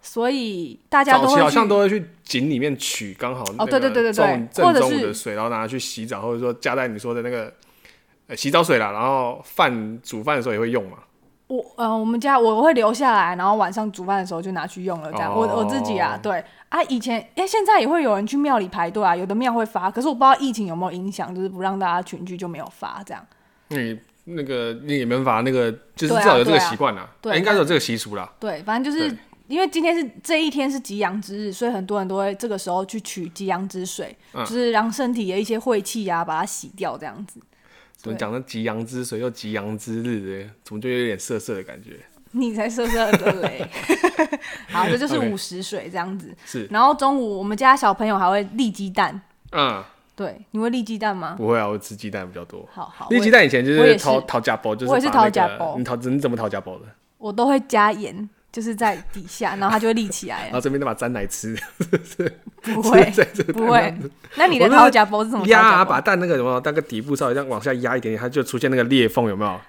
[SPEAKER 1] 所以大家
[SPEAKER 2] 早
[SPEAKER 1] 都
[SPEAKER 2] 期
[SPEAKER 1] 会
[SPEAKER 2] 好
[SPEAKER 1] 去哦
[SPEAKER 2] 像都会去井里面取刚好那个
[SPEAKER 1] 对对对对对
[SPEAKER 2] 中
[SPEAKER 1] 或
[SPEAKER 2] 正
[SPEAKER 1] 者
[SPEAKER 2] 中午
[SPEAKER 1] 是
[SPEAKER 2] 的水，然后拿去洗澡，或者说加在你说的那个呃洗澡水啦，然后饭煮饭的时候也会用嘛。
[SPEAKER 1] 我呃，我们家我会留下来，然后晚上煮饭的时候就拿去用了。这样，
[SPEAKER 2] 哦
[SPEAKER 1] 我我自己啊，对啊，以前哎、现在也会有人去庙里排队啊，有的庙会发，可是我不知道疫情有没有影响，就是不让大家群聚就没有发这样。
[SPEAKER 2] 你那个你也没办法，那个就是
[SPEAKER 1] 对啊
[SPEAKER 2] 至少有这个
[SPEAKER 1] 对啊
[SPEAKER 2] 习惯啦，
[SPEAKER 1] 对
[SPEAKER 2] 哎应该是有这个习俗啦。
[SPEAKER 1] 对，反正就是
[SPEAKER 2] 对
[SPEAKER 1] 因为今天是这一天是吉阳之日，所以很多人都会这个时候去取吉阳之水，
[SPEAKER 2] 嗯
[SPEAKER 1] 就是让身体的一些晦气啊，把它洗掉这样子。
[SPEAKER 2] 怎么讲呢？吉阳之水又吉阳之日，哎怎么就有点涩涩的感觉？
[SPEAKER 1] 你才瑟瑟的 嘞。好，这就是
[SPEAKER 2] OK
[SPEAKER 1] 午时水这样子。
[SPEAKER 2] 是，
[SPEAKER 1] 然后中午我们家小朋友还会立鸡蛋，
[SPEAKER 2] 嗯，
[SPEAKER 1] 对，你会立鸡蛋吗？
[SPEAKER 2] 不会啊，我吃鸡蛋比较多。
[SPEAKER 1] 好好，
[SPEAKER 2] 因为鸡蛋以前就
[SPEAKER 1] 我也
[SPEAKER 2] 是
[SPEAKER 1] 是
[SPEAKER 2] 掏掏假包，就是
[SPEAKER 1] 我也是
[SPEAKER 2] 把那
[SPEAKER 1] 掏假
[SPEAKER 2] 个
[SPEAKER 1] 包
[SPEAKER 2] 你掏你怎么掏假包的？
[SPEAKER 1] 我我都会加盐，就是在底下，然后它就会立起来
[SPEAKER 2] 然。后这边再把它沾来吃，
[SPEAKER 1] 不 会
[SPEAKER 2] 啊在这个
[SPEAKER 1] 不会， 那你
[SPEAKER 2] 我
[SPEAKER 1] 的
[SPEAKER 2] 那个
[SPEAKER 1] 掏夹包是什么掏
[SPEAKER 2] 压啊，
[SPEAKER 1] 夹
[SPEAKER 2] 把
[SPEAKER 1] 包？
[SPEAKER 2] 蛋那个什么那个底部稍微这样往下压一点点，它就出现那个裂缝，有没有？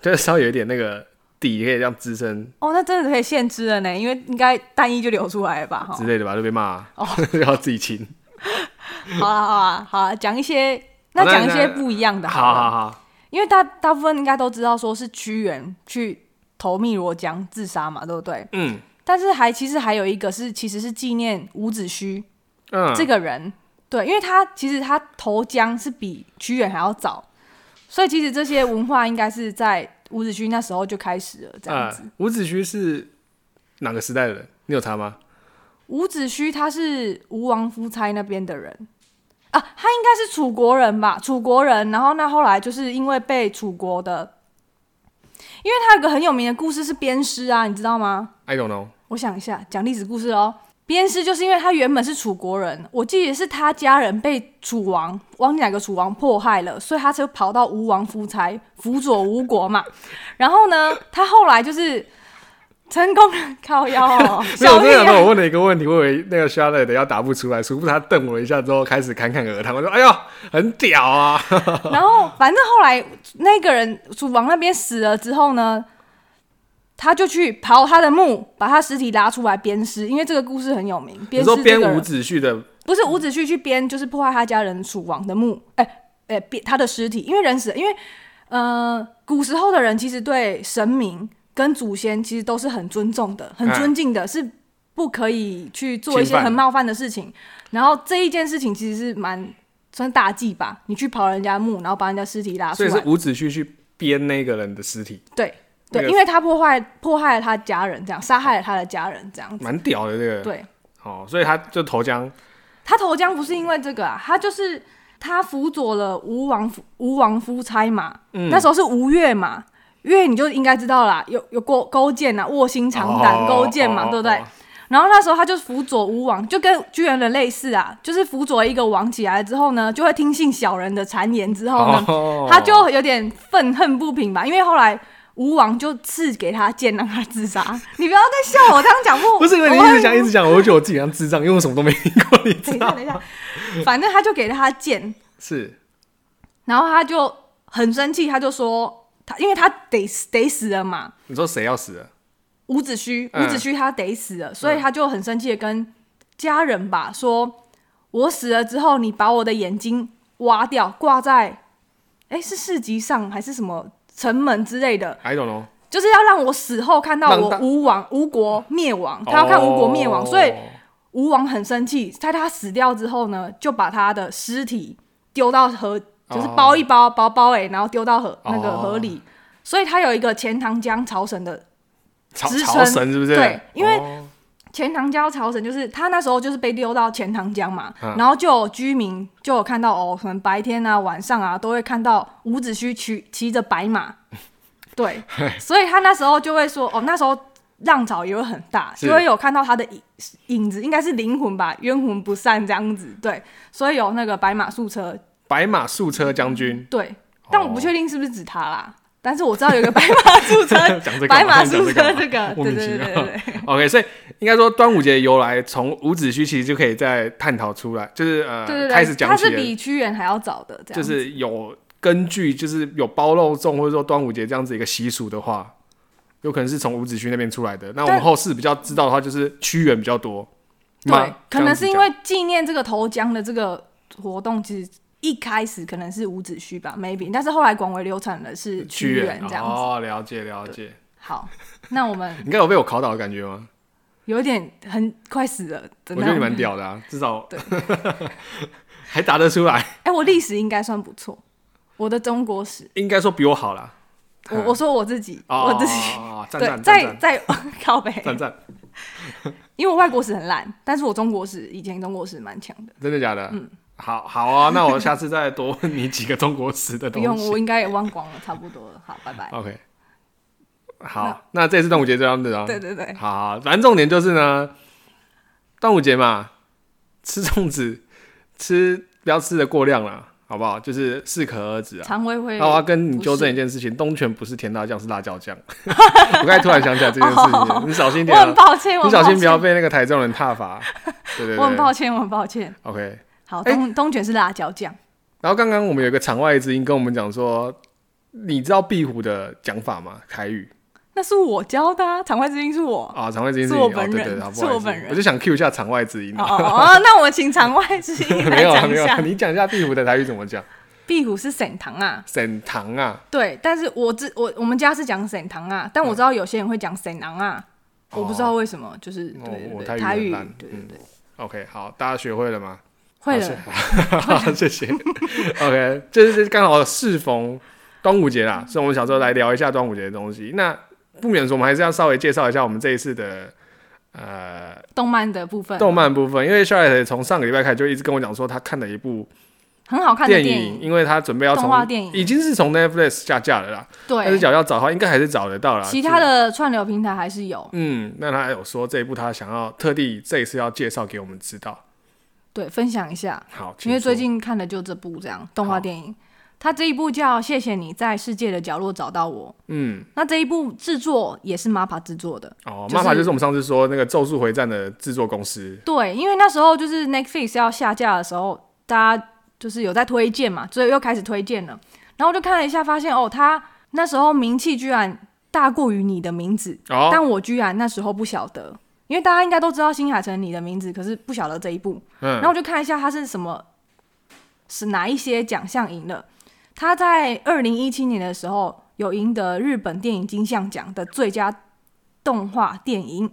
[SPEAKER 2] 就是稍微有一点那个底可以让滋生
[SPEAKER 1] 哦，那真的可以现吃了呢，因为应该蛋液就流出来了吧？哈，
[SPEAKER 2] 之类的吧，就被骂，
[SPEAKER 1] 哦
[SPEAKER 2] 然后自己清。
[SPEAKER 1] 好啦好啦好啦，讲一些，那
[SPEAKER 2] 那
[SPEAKER 1] 讲一些
[SPEAKER 2] 那
[SPEAKER 1] 不一样的
[SPEAKER 2] 好
[SPEAKER 1] 好了
[SPEAKER 2] 好好，
[SPEAKER 1] 因为大大部分应该都知道说是屈原去投汨罗江自杀嘛，对不对？
[SPEAKER 2] 嗯
[SPEAKER 1] 但是还其实还有一个是，其实是纪念伍子胥
[SPEAKER 2] 嗯，
[SPEAKER 1] 这个人，对，因为他其实他投江是比屈原还要早，所以其实这些文化应该是在伍子胥那时候就开始了这样子。
[SPEAKER 2] 呃伍子胥是哪个时代的人？你有查吗？
[SPEAKER 1] 伍子胥他是吴王夫差那边的人啊，他应该是楚国人吧？楚国人，然后那后来就是因为被楚国的，因为他有个很有名的故事是鞭尸啊，你知道吗？
[SPEAKER 2] I don't know。
[SPEAKER 1] 我想一下，讲历史故事哦。鞭尸就是因为他原本是楚国人，我记得是他家人被楚王，忘记哪个楚王迫害了，所以他就跑到吴王夫差辅佐吴国嘛。然后呢，他后来就是成功地靠腰哦，
[SPEAKER 2] 没有，
[SPEAKER 1] 小
[SPEAKER 2] 我
[SPEAKER 1] 屁
[SPEAKER 2] 真的想到
[SPEAKER 1] 啊
[SPEAKER 2] 我问了一个问题，我以为那个 Charlotte 要答不出来，殊不知他瞪我一下之后开始侃侃而谈。我说：“哎呦，很屌啊
[SPEAKER 1] 然后反正后来那个人楚王那边死了之后呢，他就去刨他的墓，把他尸体拉出来鞭尸，因为这个故事很有名。！”
[SPEAKER 2] 你
[SPEAKER 1] 鞭
[SPEAKER 2] 说
[SPEAKER 1] 尸这
[SPEAKER 2] 编
[SPEAKER 1] 个
[SPEAKER 2] 伍
[SPEAKER 1] 人
[SPEAKER 2] 子胥的，
[SPEAKER 1] 不是伍子胥去鞭，就是破坏他家人楚王的墓，哎、哎，鞭、他的尸体，因为人死了，因为呃，古时候的人其实对神明跟祖先其实都是很尊重的，很
[SPEAKER 2] 哎
[SPEAKER 1] 尊敬的，是不可以去做一
[SPEAKER 2] 侵
[SPEAKER 1] 些
[SPEAKER 2] 犯
[SPEAKER 1] 很冒犯的事情。然后这一件事情其实是蛮算大忌吧，你去刨人家墓，然后把人家尸体拉出
[SPEAKER 2] 所以是
[SPEAKER 1] 来，
[SPEAKER 2] 伍子胥去编那个人的尸体，
[SPEAKER 1] 对
[SPEAKER 2] 那
[SPEAKER 1] 对，
[SPEAKER 2] 个
[SPEAKER 1] 因为他破坏破坏了他家人，这样杀害了他的家人，这样子，
[SPEAKER 2] 蛮屌的这个。
[SPEAKER 1] 对。
[SPEAKER 2] 哦，所以他就投江，
[SPEAKER 1] 他投江不是因为这个啊，他就是他辅佐了吴王夫吴王夫差嘛，
[SPEAKER 2] 嗯
[SPEAKER 1] 那时候是吴越嘛，越你就应该知道啦，有有勾勾践呐、啊，卧薪尝胆、
[SPEAKER 2] 哦
[SPEAKER 1] 勾践嘛，
[SPEAKER 2] 哦
[SPEAKER 1] 对不对？
[SPEAKER 2] 哦
[SPEAKER 1] 然后那时候他就辅佐吴王，就跟屈原的类似啊，就是辅佐一个王起来之后呢，就会听信小人的谗言之后呢，
[SPEAKER 2] 哦
[SPEAKER 1] 他就有点愤恨不平吧，因为后来。吴王就赐给他剑，让他自杀。你不要再笑我这样讲不？
[SPEAKER 2] 不是因为你
[SPEAKER 1] 我
[SPEAKER 2] 一
[SPEAKER 1] 会
[SPEAKER 2] 直讲一直讲，我觉得我自己像智障，因为我什么都没听过，你
[SPEAKER 1] 等
[SPEAKER 2] 知
[SPEAKER 1] 一下，
[SPEAKER 2] 道
[SPEAKER 1] 等一下，反正他就给了他剑，
[SPEAKER 2] 是
[SPEAKER 1] 然后他就很生气，他就说他因为他得死得死了嘛，
[SPEAKER 2] 你说谁要死了？
[SPEAKER 1] 伍子胥
[SPEAKER 2] 嗯
[SPEAKER 1] 伍子胥他得死了，所以他就很生气的跟家人吧说，我死了之后你把我的眼睛挖掉挂在，哎是市集上还是什么城门之类的，
[SPEAKER 2] I don't know。
[SPEAKER 1] 就是要让我死后看到
[SPEAKER 2] 让
[SPEAKER 1] 我
[SPEAKER 2] 大
[SPEAKER 1] 吴王吴国灭亡，他要看吴国灭亡，
[SPEAKER 2] 哦
[SPEAKER 1] 所以吴王很生气，在他死掉之后呢，就把他的尸体丢到河，就是包一包、包包哎、然后丢到河、那个河里，所以他有一个钱塘江朝神的
[SPEAKER 2] 朝
[SPEAKER 1] 直
[SPEAKER 2] 朝
[SPEAKER 1] 称
[SPEAKER 2] 神是不是？
[SPEAKER 1] 对因为
[SPEAKER 2] 哦
[SPEAKER 1] 钱塘江朝神，就是他那时候就是被丢到钱塘江嘛，
[SPEAKER 2] 嗯
[SPEAKER 1] 然后就有居民就有看到哦，可能白天啊、晚上啊都会看到伍子胥骑骑着白马，对，所以他那时候就会说哦，那时候浪潮也会很大，
[SPEAKER 2] 是
[SPEAKER 1] 就会有看到他的影影子，应该是灵魂吧，冤魂不散这样子，对，所以有那个白马素车，
[SPEAKER 2] 白马素车将军，
[SPEAKER 1] 对，但我不
[SPEAKER 2] 哦
[SPEAKER 1] 确定是不是指他啦，但是我知道有一个白马素车，
[SPEAKER 2] 哦讲这个
[SPEAKER 1] 白马
[SPEAKER 2] 讲
[SPEAKER 1] 素
[SPEAKER 2] 这
[SPEAKER 1] 车
[SPEAKER 2] 个
[SPEAKER 1] 这个，
[SPEAKER 2] 莫
[SPEAKER 1] 对
[SPEAKER 2] 名
[SPEAKER 1] 对
[SPEAKER 2] 其
[SPEAKER 1] 对对
[SPEAKER 2] 妙
[SPEAKER 1] 对。。
[SPEAKER 2] OK，所以应该说端午节的由来，从伍子胥其实就可以再探讨出来，就是呃
[SPEAKER 1] 对对对，
[SPEAKER 2] 开始讲
[SPEAKER 1] 他
[SPEAKER 2] 起了
[SPEAKER 1] 是比屈原还要早的，这样
[SPEAKER 2] 就是有根据，就是有包肉粽或者说端午节这样子一个习俗的话，有可能是从伍子胥那边出来的。那我们
[SPEAKER 1] 但
[SPEAKER 2] 后世比较知道的话，就是屈原比较多。
[SPEAKER 1] 对
[SPEAKER 2] 吗，
[SPEAKER 1] 可能是因
[SPEAKER 2] 这样
[SPEAKER 1] 为纪念这个投江的这个活动，其实一开始可能是伍子胥吧，maybe，但是后来广为流传的是
[SPEAKER 2] 子讲屈
[SPEAKER 1] 原这样子。
[SPEAKER 2] 哦，了解了解。
[SPEAKER 1] 好，那我们
[SPEAKER 2] 你该有被我考倒的感觉吗？
[SPEAKER 1] 有一点很快死了的那
[SPEAKER 2] 我觉得你
[SPEAKER 1] 种。
[SPEAKER 2] 蛮屌的啊，至少 还答得出来，
[SPEAKER 1] 哎、我历史应该算不错，我的中国史，
[SPEAKER 2] 应该说比我好啦。
[SPEAKER 1] 我我说我自己，
[SPEAKER 2] 哦
[SPEAKER 1] 我自己。
[SPEAKER 2] 哦哦哦赞
[SPEAKER 1] 对，
[SPEAKER 2] 赞赞
[SPEAKER 1] 在
[SPEAKER 2] 赞
[SPEAKER 1] 在靠北，
[SPEAKER 2] 赞赞，
[SPEAKER 1] 因为我外国史很烂，但是我中国史以前中国史蛮强的。
[SPEAKER 2] 真的假的？嗯，好好啊，那我下次再多问你几个中国词的
[SPEAKER 1] 不
[SPEAKER 2] 东
[SPEAKER 1] 用，
[SPEAKER 2] 西。
[SPEAKER 1] 我应该也忘光了，差不多了。好，拜拜。
[SPEAKER 2] OK，好，那这次端午节就到这样子
[SPEAKER 1] 对对
[SPEAKER 2] 啊。
[SPEAKER 1] 对，
[SPEAKER 2] 好好，反正重点就是呢，端午节嘛，吃粽子，吃不要吃的过量了，好不好？就是适可而止啊。
[SPEAKER 1] 常威会
[SPEAKER 2] 那我要跟你纠正一件事情，东泉不是甜辣酱，是辣椒酱。 我刚才突然想起来这件事
[SPEAKER 1] 哦
[SPEAKER 2] 情，你小心一
[SPEAKER 1] 我
[SPEAKER 2] 点
[SPEAKER 1] 很
[SPEAKER 2] 啊，
[SPEAKER 1] 抱 歉，我很
[SPEAKER 2] 你小
[SPEAKER 1] 抱
[SPEAKER 2] 心不要
[SPEAKER 1] 歉，
[SPEAKER 2] 被那个台中人 踏伐。对对
[SPEAKER 1] 我很
[SPEAKER 2] 对
[SPEAKER 1] 抱歉，我 很抱歉。
[SPEAKER 2] ，OK。
[SPEAKER 1] 好，
[SPEAKER 2] 哎
[SPEAKER 1] 东东卷是辣椒酱，
[SPEAKER 2] 然后刚刚我们有一个场外之音跟我们讲说，你知道壁虎的讲法吗？台语
[SPEAKER 1] 那是我教的啊，场外之音是 我。
[SPEAKER 2] 啊，场外之音
[SPEAKER 1] 是
[SPEAKER 2] 你
[SPEAKER 1] 我
[SPEAKER 2] 哦
[SPEAKER 1] 本
[SPEAKER 2] 对
[SPEAKER 1] 人
[SPEAKER 2] 对，好不
[SPEAKER 1] 是
[SPEAKER 2] 好
[SPEAKER 1] 我
[SPEAKER 2] 意思
[SPEAKER 1] 本人
[SPEAKER 2] 我就想 cue 一下场外之音
[SPEAKER 1] 哦。哦哦，那我们请场外之音
[SPEAKER 2] 没
[SPEAKER 1] 来
[SPEAKER 2] 有啊，
[SPEAKER 1] 讲
[SPEAKER 2] 没
[SPEAKER 1] 一
[SPEAKER 2] 有啊，
[SPEAKER 1] 下。
[SPEAKER 2] 你讲一下壁虎的台语怎么讲？
[SPEAKER 1] 壁虎是沈糖啊，
[SPEAKER 2] 沈堂啊，
[SPEAKER 1] 对，但是我知我我们家是讲沈糖啊，但我知道有些人会讲沈囊啊，
[SPEAKER 2] 哦
[SPEAKER 1] 我不知道为什么，就是
[SPEAKER 2] 哦
[SPEAKER 1] 对
[SPEAKER 2] 我
[SPEAKER 1] 对
[SPEAKER 2] 台
[SPEAKER 1] 对，
[SPEAKER 2] 语
[SPEAKER 1] 台
[SPEAKER 2] 很
[SPEAKER 1] 语
[SPEAKER 2] 烂，
[SPEAKER 1] 对对
[SPEAKER 2] 嗯
[SPEAKER 1] 对，
[SPEAKER 2] OK，好，大家学会了吗？
[SPEAKER 1] 会
[SPEAKER 2] 好
[SPEAKER 1] 了，
[SPEAKER 2] 好， 谢谢。OK，这是刚好适逢端午节
[SPEAKER 1] 嗯
[SPEAKER 2] 啦，所以我们小时候来聊一下端午节的东西。那不免说，我们还是要稍微介绍一下我们这一次的呃
[SPEAKER 1] 动漫的部分
[SPEAKER 2] 动漫部分，因为 Charlotte 从上个礼拜开始就一直跟我讲说，她看了一部
[SPEAKER 1] 很好看的
[SPEAKER 2] 电
[SPEAKER 1] 电
[SPEAKER 2] 影，
[SPEAKER 1] 影，
[SPEAKER 2] 因为她准备要
[SPEAKER 1] 动
[SPEAKER 2] 从
[SPEAKER 1] 画电影
[SPEAKER 2] 已经是从 Netflix 下架了啦，但是
[SPEAKER 1] 对，
[SPEAKER 2] 脚要找的话，应该还是找得到啦。
[SPEAKER 1] 其他
[SPEAKER 2] 就
[SPEAKER 1] 的串流平台还是有，
[SPEAKER 2] 嗯，那她有说这一部她想要特地这一次要介绍给我们知道。
[SPEAKER 1] 对，分享一下，
[SPEAKER 2] 好，请
[SPEAKER 1] 因为最
[SPEAKER 2] 说
[SPEAKER 1] 近看的就这部这样动
[SPEAKER 2] 好
[SPEAKER 1] 画电影，它这一部叫《谢谢你在世界的角落找到我》，
[SPEAKER 2] 嗯
[SPEAKER 1] 那这一部制作也是 MAPPA 制作的，
[SPEAKER 2] 哦，
[SPEAKER 1] 就是
[SPEAKER 2] 妈妈就是我们上次说那个《咒术回战》的制作公司。
[SPEAKER 1] 对，因为那时候就是 Netflix 要下架的时候，大家就是有在推荐嘛，所以又开始推荐了。然后我就看了一下，发现哦，他那时候名气居然大过于你的名字，
[SPEAKER 2] 哦，
[SPEAKER 1] 但我居然那时候不晓得，因为大家应该都知道新海诚你的名字，可是不晓得这一部。然后
[SPEAKER 2] 嗯，
[SPEAKER 1] 我就看一下他是什么，是哪一些奖项赢了。他在二零一七年的时候有赢得日本电影金像奖的最佳动画电影，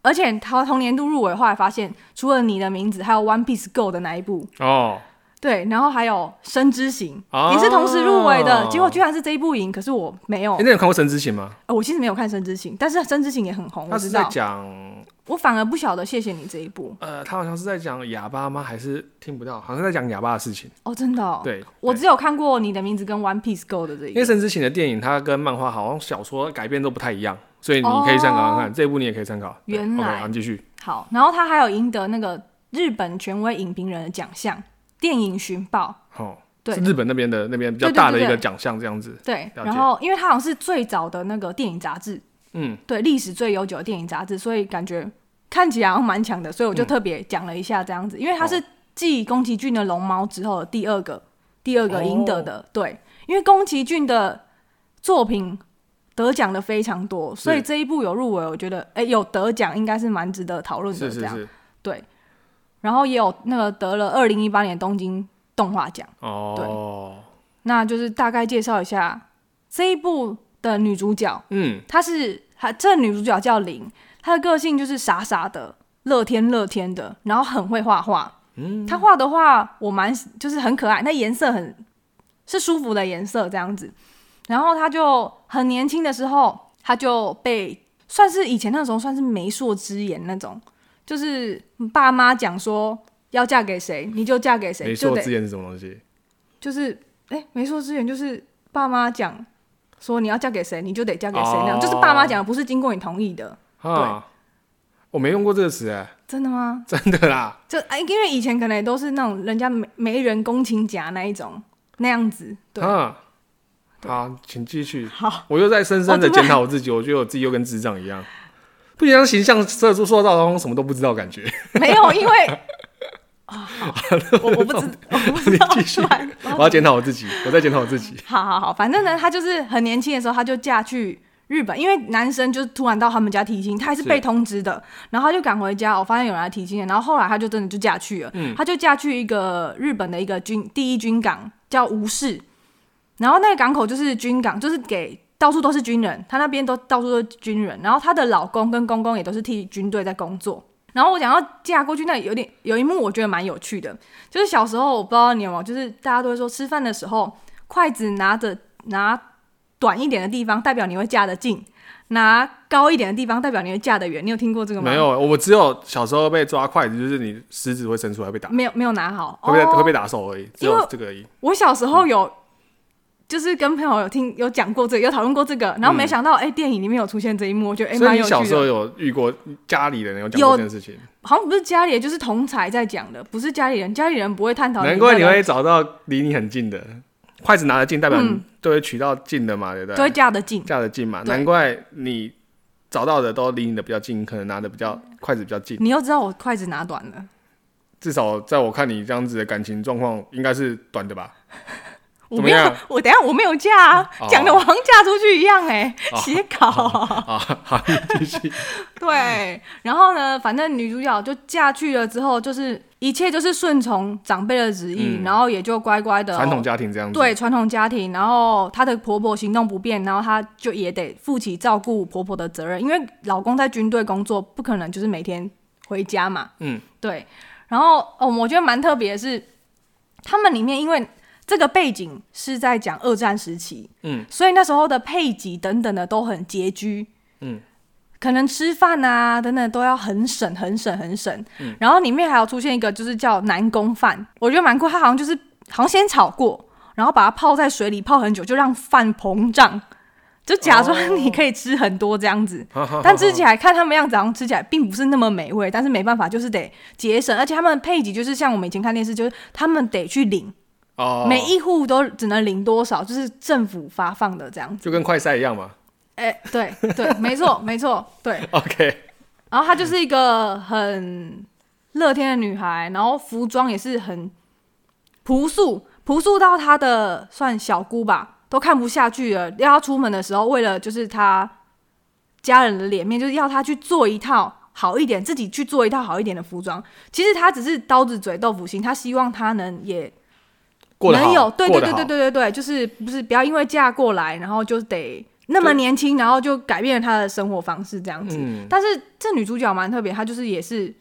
[SPEAKER 1] 而且他同年度入围，后来发现除了你的名字，还有《One Piece Go》的那一部，
[SPEAKER 2] 哦，
[SPEAKER 1] 对，然后还有《生之行》
[SPEAKER 2] 哦
[SPEAKER 1] 也是同时入围的，结果居然是这一部赢，可是我没有
[SPEAKER 2] 诶，那你有看过《神之行》吗？
[SPEAKER 1] 呃我其实没有看《生之行》，但是《生之行》也很红，
[SPEAKER 2] 他
[SPEAKER 1] 我
[SPEAKER 2] 是
[SPEAKER 1] 知
[SPEAKER 2] 在
[SPEAKER 1] 道，
[SPEAKER 2] 讲，
[SPEAKER 1] 我反而不晓得谢谢你这一部
[SPEAKER 2] 呃，他好像是在讲哑巴吗？还是听不到？好像在讲哑巴的事情。
[SPEAKER 1] 哦，真的、哦，
[SPEAKER 2] 对，
[SPEAKER 1] 我
[SPEAKER 2] 对
[SPEAKER 1] 只有看过你的名字跟《One Piece Go》的这一
[SPEAKER 2] 因
[SPEAKER 1] 个
[SPEAKER 2] 为《神之行》的电影，它跟漫画好像小说改编都不太一样，所以你可以参考看看，这一部你也可以参考。对
[SPEAKER 1] 哦原
[SPEAKER 2] OK，
[SPEAKER 1] 来
[SPEAKER 2] 好，你继续。
[SPEAKER 1] 好，然后他还有赢得那个日本权威影评人的奖项——电影寻宝。
[SPEAKER 2] 好，
[SPEAKER 1] 对
[SPEAKER 2] 是日本那边的那边比较
[SPEAKER 1] 对对
[SPEAKER 2] 大的
[SPEAKER 1] 对
[SPEAKER 2] 一个
[SPEAKER 1] 对
[SPEAKER 2] 奖项这样子。
[SPEAKER 1] 对，
[SPEAKER 2] 了解
[SPEAKER 1] 然后因为他好像是最早的那个电影杂志，
[SPEAKER 2] 嗯，
[SPEAKER 1] 对历史最悠久的电影杂志，所以感觉看起来好像蛮强的，所以我
[SPEAKER 2] 嗯
[SPEAKER 1] 就特别讲了一下这样子，因为他
[SPEAKER 2] 哦
[SPEAKER 1] 是继宫崎骏的《龙猫》之后的第二个第二个赢得
[SPEAKER 2] 哦
[SPEAKER 1] 的。对，因为宫崎骏的作品得奖的非常多，所以
[SPEAKER 2] 是
[SPEAKER 1] 这一部有入围，我觉得哎、有得奖应该是蛮值得讨论的。
[SPEAKER 2] 是
[SPEAKER 1] 这
[SPEAKER 2] 是
[SPEAKER 1] 样。
[SPEAKER 2] 是。
[SPEAKER 1] 对，然后也有那个得了二零一八年东京动画奖。
[SPEAKER 2] 哦，
[SPEAKER 1] 那就是大概介绍一下这一部的女主角，
[SPEAKER 2] 嗯，
[SPEAKER 1] 她是她这女主角叫林，她的个性就是傻傻的、乐天乐天的，然后很会画画。嗯，她画的画我蛮就是很可爱，那颜色很是舒服的颜色这样子。然后她就很年轻的时候，她就被算是以前那时候算是媒妁之言那种，就是爸妈讲说要嫁给谁你就嫁给谁，
[SPEAKER 2] 媒
[SPEAKER 1] 就
[SPEAKER 2] 妁
[SPEAKER 1] 得
[SPEAKER 2] 之言是什么东西？
[SPEAKER 1] 就是哎，媒妁之言就是爸妈讲说你要嫁给谁，你就得嫁给谁那样，
[SPEAKER 2] 哦
[SPEAKER 1] 就是爸妈讲的，不是经过你同意的，
[SPEAKER 2] 啊，我没用过这个词，哎，
[SPEAKER 1] 真的吗？
[SPEAKER 2] 真的啦。
[SPEAKER 1] 就哎，因为以前可能也都是那种人家媒媒人公亲夹那一种那样子，对，
[SPEAKER 2] 啊，好，请继续。
[SPEAKER 1] 好，哦
[SPEAKER 2] 我又在深深的检讨我自己，我觉得我自己又跟智障一样，不仅像形象射出塑造，好像什么都不知道感觉。
[SPEAKER 1] 没有，因 为啊，好我我不知我不知道，
[SPEAKER 2] 你继续
[SPEAKER 1] 突然
[SPEAKER 2] 我要检讨我自己，我在检讨我自己。
[SPEAKER 1] 好好好，反正呢，她就是很年轻的时候，她就嫁去日本，因为男生就是突然到他们家提亲，她还是
[SPEAKER 2] 是
[SPEAKER 1] 被通知的，然后她就赶回家，我发现有人来提亲了，然后后来她就真的就嫁去了，她就嫁去一个日本的一个军第一军港叫吴市，然后那个港口就是军港，就是给到处都是军人，她那边都到处都是军人，然后她的老公跟公公也都是替军队在工作。然后我讲到嫁过去，那有点有一幕我觉得蛮有趣的，就是小时候我不知道你有没有，就是大家都会说吃饭的时候筷子拿着拿短一点的地方代表你会嫁得近，拿高一点的地方代表你会嫁得远。你有听过这个吗？
[SPEAKER 2] 没有，我只有小时候被抓筷子，就是你食指会伸出来被打，
[SPEAKER 1] 没有没有拿好，
[SPEAKER 2] 会被、
[SPEAKER 1] 哦
[SPEAKER 2] 会被打手而已，只
[SPEAKER 1] 因
[SPEAKER 2] 有
[SPEAKER 1] 为
[SPEAKER 2] 这个而已。
[SPEAKER 1] 我小时
[SPEAKER 2] 嗯
[SPEAKER 1] 候有，就是跟朋友有听有讲过这个，有讨论过这个，然后没想到哎、电影里面有出现这一幕，我觉得哎
[SPEAKER 2] 嗯所
[SPEAKER 1] 蛮、
[SPEAKER 2] 以你
[SPEAKER 1] 有
[SPEAKER 2] 小
[SPEAKER 1] 趣
[SPEAKER 2] 时候
[SPEAKER 1] 的。
[SPEAKER 2] 有遇过家里人有讲过
[SPEAKER 1] 有
[SPEAKER 2] 这件事情，
[SPEAKER 1] 好像不是家里，就是同才在讲的，不是家里人，家里人不会探讨。
[SPEAKER 2] 难怪你会找到离你很近的筷子
[SPEAKER 1] 嗯
[SPEAKER 2] 拿得近，代表你都会取到近的嘛，对不
[SPEAKER 1] 都会
[SPEAKER 2] 对？
[SPEAKER 1] 嫁得近，
[SPEAKER 2] 嫁得近嘛，
[SPEAKER 1] 对
[SPEAKER 2] 难怪你找到的都离你的比较近，可能拿的比较筷子比较近。
[SPEAKER 1] 你又知道我筷子拿短了，
[SPEAKER 2] 至少在我看你这样子的感情状况，应该是短的吧？
[SPEAKER 1] 我
[SPEAKER 2] 怎
[SPEAKER 1] 没
[SPEAKER 2] 么
[SPEAKER 1] 有
[SPEAKER 2] 样，
[SPEAKER 1] 我等一下我没有嫁啊
[SPEAKER 2] 哦，
[SPEAKER 1] 讲的我好像嫁出去一样哎、写稿啊。
[SPEAKER 2] 啊，好，你继续。
[SPEAKER 1] 对，然后呢，反正女主角就嫁去了之后，就是一切就是顺从长辈的旨意，
[SPEAKER 2] 嗯
[SPEAKER 1] 然后也就乖乖的
[SPEAKER 2] 传统家庭这样子，
[SPEAKER 1] 对，传统家庭，然后她的婆婆行动不便，然后她就也得负起照顾婆婆的责任，因为老公在军队工作，不可能就是每天回家嘛。
[SPEAKER 2] 嗯，
[SPEAKER 1] 对。然后哦，我觉得蛮特别的是，他们里面因为这个背景是在讲二战时期，
[SPEAKER 2] 嗯，
[SPEAKER 1] 所以那时候的配给等等的都很拮据，
[SPEAKER 2] 嗯。
[SPEAKER 1] 可能吃饭啊等等都要很省很省很省，
[SPEAKER 2] 嗯
[SPEAKER 1] 然后里面还有出现一个就是叫南宫饭，我觉得蛮酷，它好像就是好像先炒过，然后把它泡在水里泡很久，就让饭膨胀，就假装
[SPEAKER 2] 哦
[SPEAKER 1] 你可以吃很多这样子。但吃起来看他们样子，好像吃起来并不是那么美味，但是没办法，就是得节省。而且他们的配给就是像我们以前看电视，就是他们得去领，
[SPEAKER 2] 哦，
[SPEAKER 1] 每一户都只能领多少，就是政府发放的这样子。
[SPEAKER 2] 就跟快赛一样嘛。
[SPEAKER 1] 哎、对对，没错没错，对。
[SPEAKER 2] OK，
[SPEAKER 1] 然后她就是一个很乐天的女孩，然后服装也是很朴素，朴素到她的算小姑吧，都看不下去了。要她出门的时候，为了就是她家人的脸面，就是要她去做一套好一点，自己去做一套好一点的服装。其实她只是刀子嘴豆腐心，她希望她能也
[SPEAKER 2] 过得好
[SPEAKER 1] 能有，对对
[SPEAKER 2] 过得
[SPEAKER 1] 对
[SPEAKER 2] 好
[SPEAKER 1] 对对对对，就是不是不要因为嫁过来，然后就得那么
[SPEAKER 2] 对
[SPEAKER 1] 年轻，然后就改变了她的生活方式这样子。
[SPEAKER 2] 嗯，
[SPEAKER 1] 但是这女主角蛮特别，她就是也是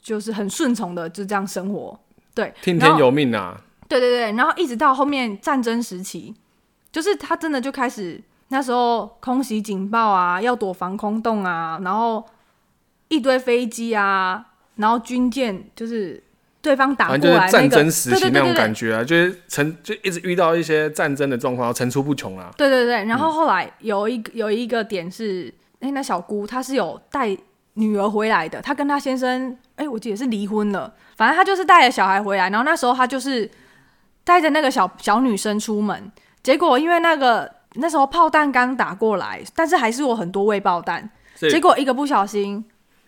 [SPEAKER 1] 就是很顺从的就这样生活，对，
[SPEAKER 2] 听
[SPEAKER 1] 然
[SPEAKER 2] 天
[SPEAKER 1] 后
[SPEAKER 2] 由命啊。
[SPEAKER 1] 对对对，然后一直到后面战争时期，就是她真的就开始那时候空袭警报啊，要躲防空洞啊，然后一堆飞机啊，然后军舰就是对方打过
[SPEAKER 2] 反正就
[SPEAKER 1] 来那
[SPEAKER 2] 是战
[SPEAKER 1] 个
[SPEAKER 2] 争时期
[SPEAKER 1] 对对对
[SPEAKER 2] 那种
[SPEAKER 1] 对对
[SPEAKER 2] 感觉啊，就是层就一直遇到一些战争的状况，层出不穷啊。
[SPEAKER 1] 对对对，然后后来有一个、有一个点是，哎、那小姑她是有带女儿回来的，她跟她先生，哎、我记得是离婚了，反正她就是带了小孩回来，然后那时候她就是带着那个小小女生出门，结果因为那个那时候炮弹刚打过来，但是还是有很多未爆弹，
[SPEAKER 2] 所以
[SPEAKER 1] 结果一个不小心，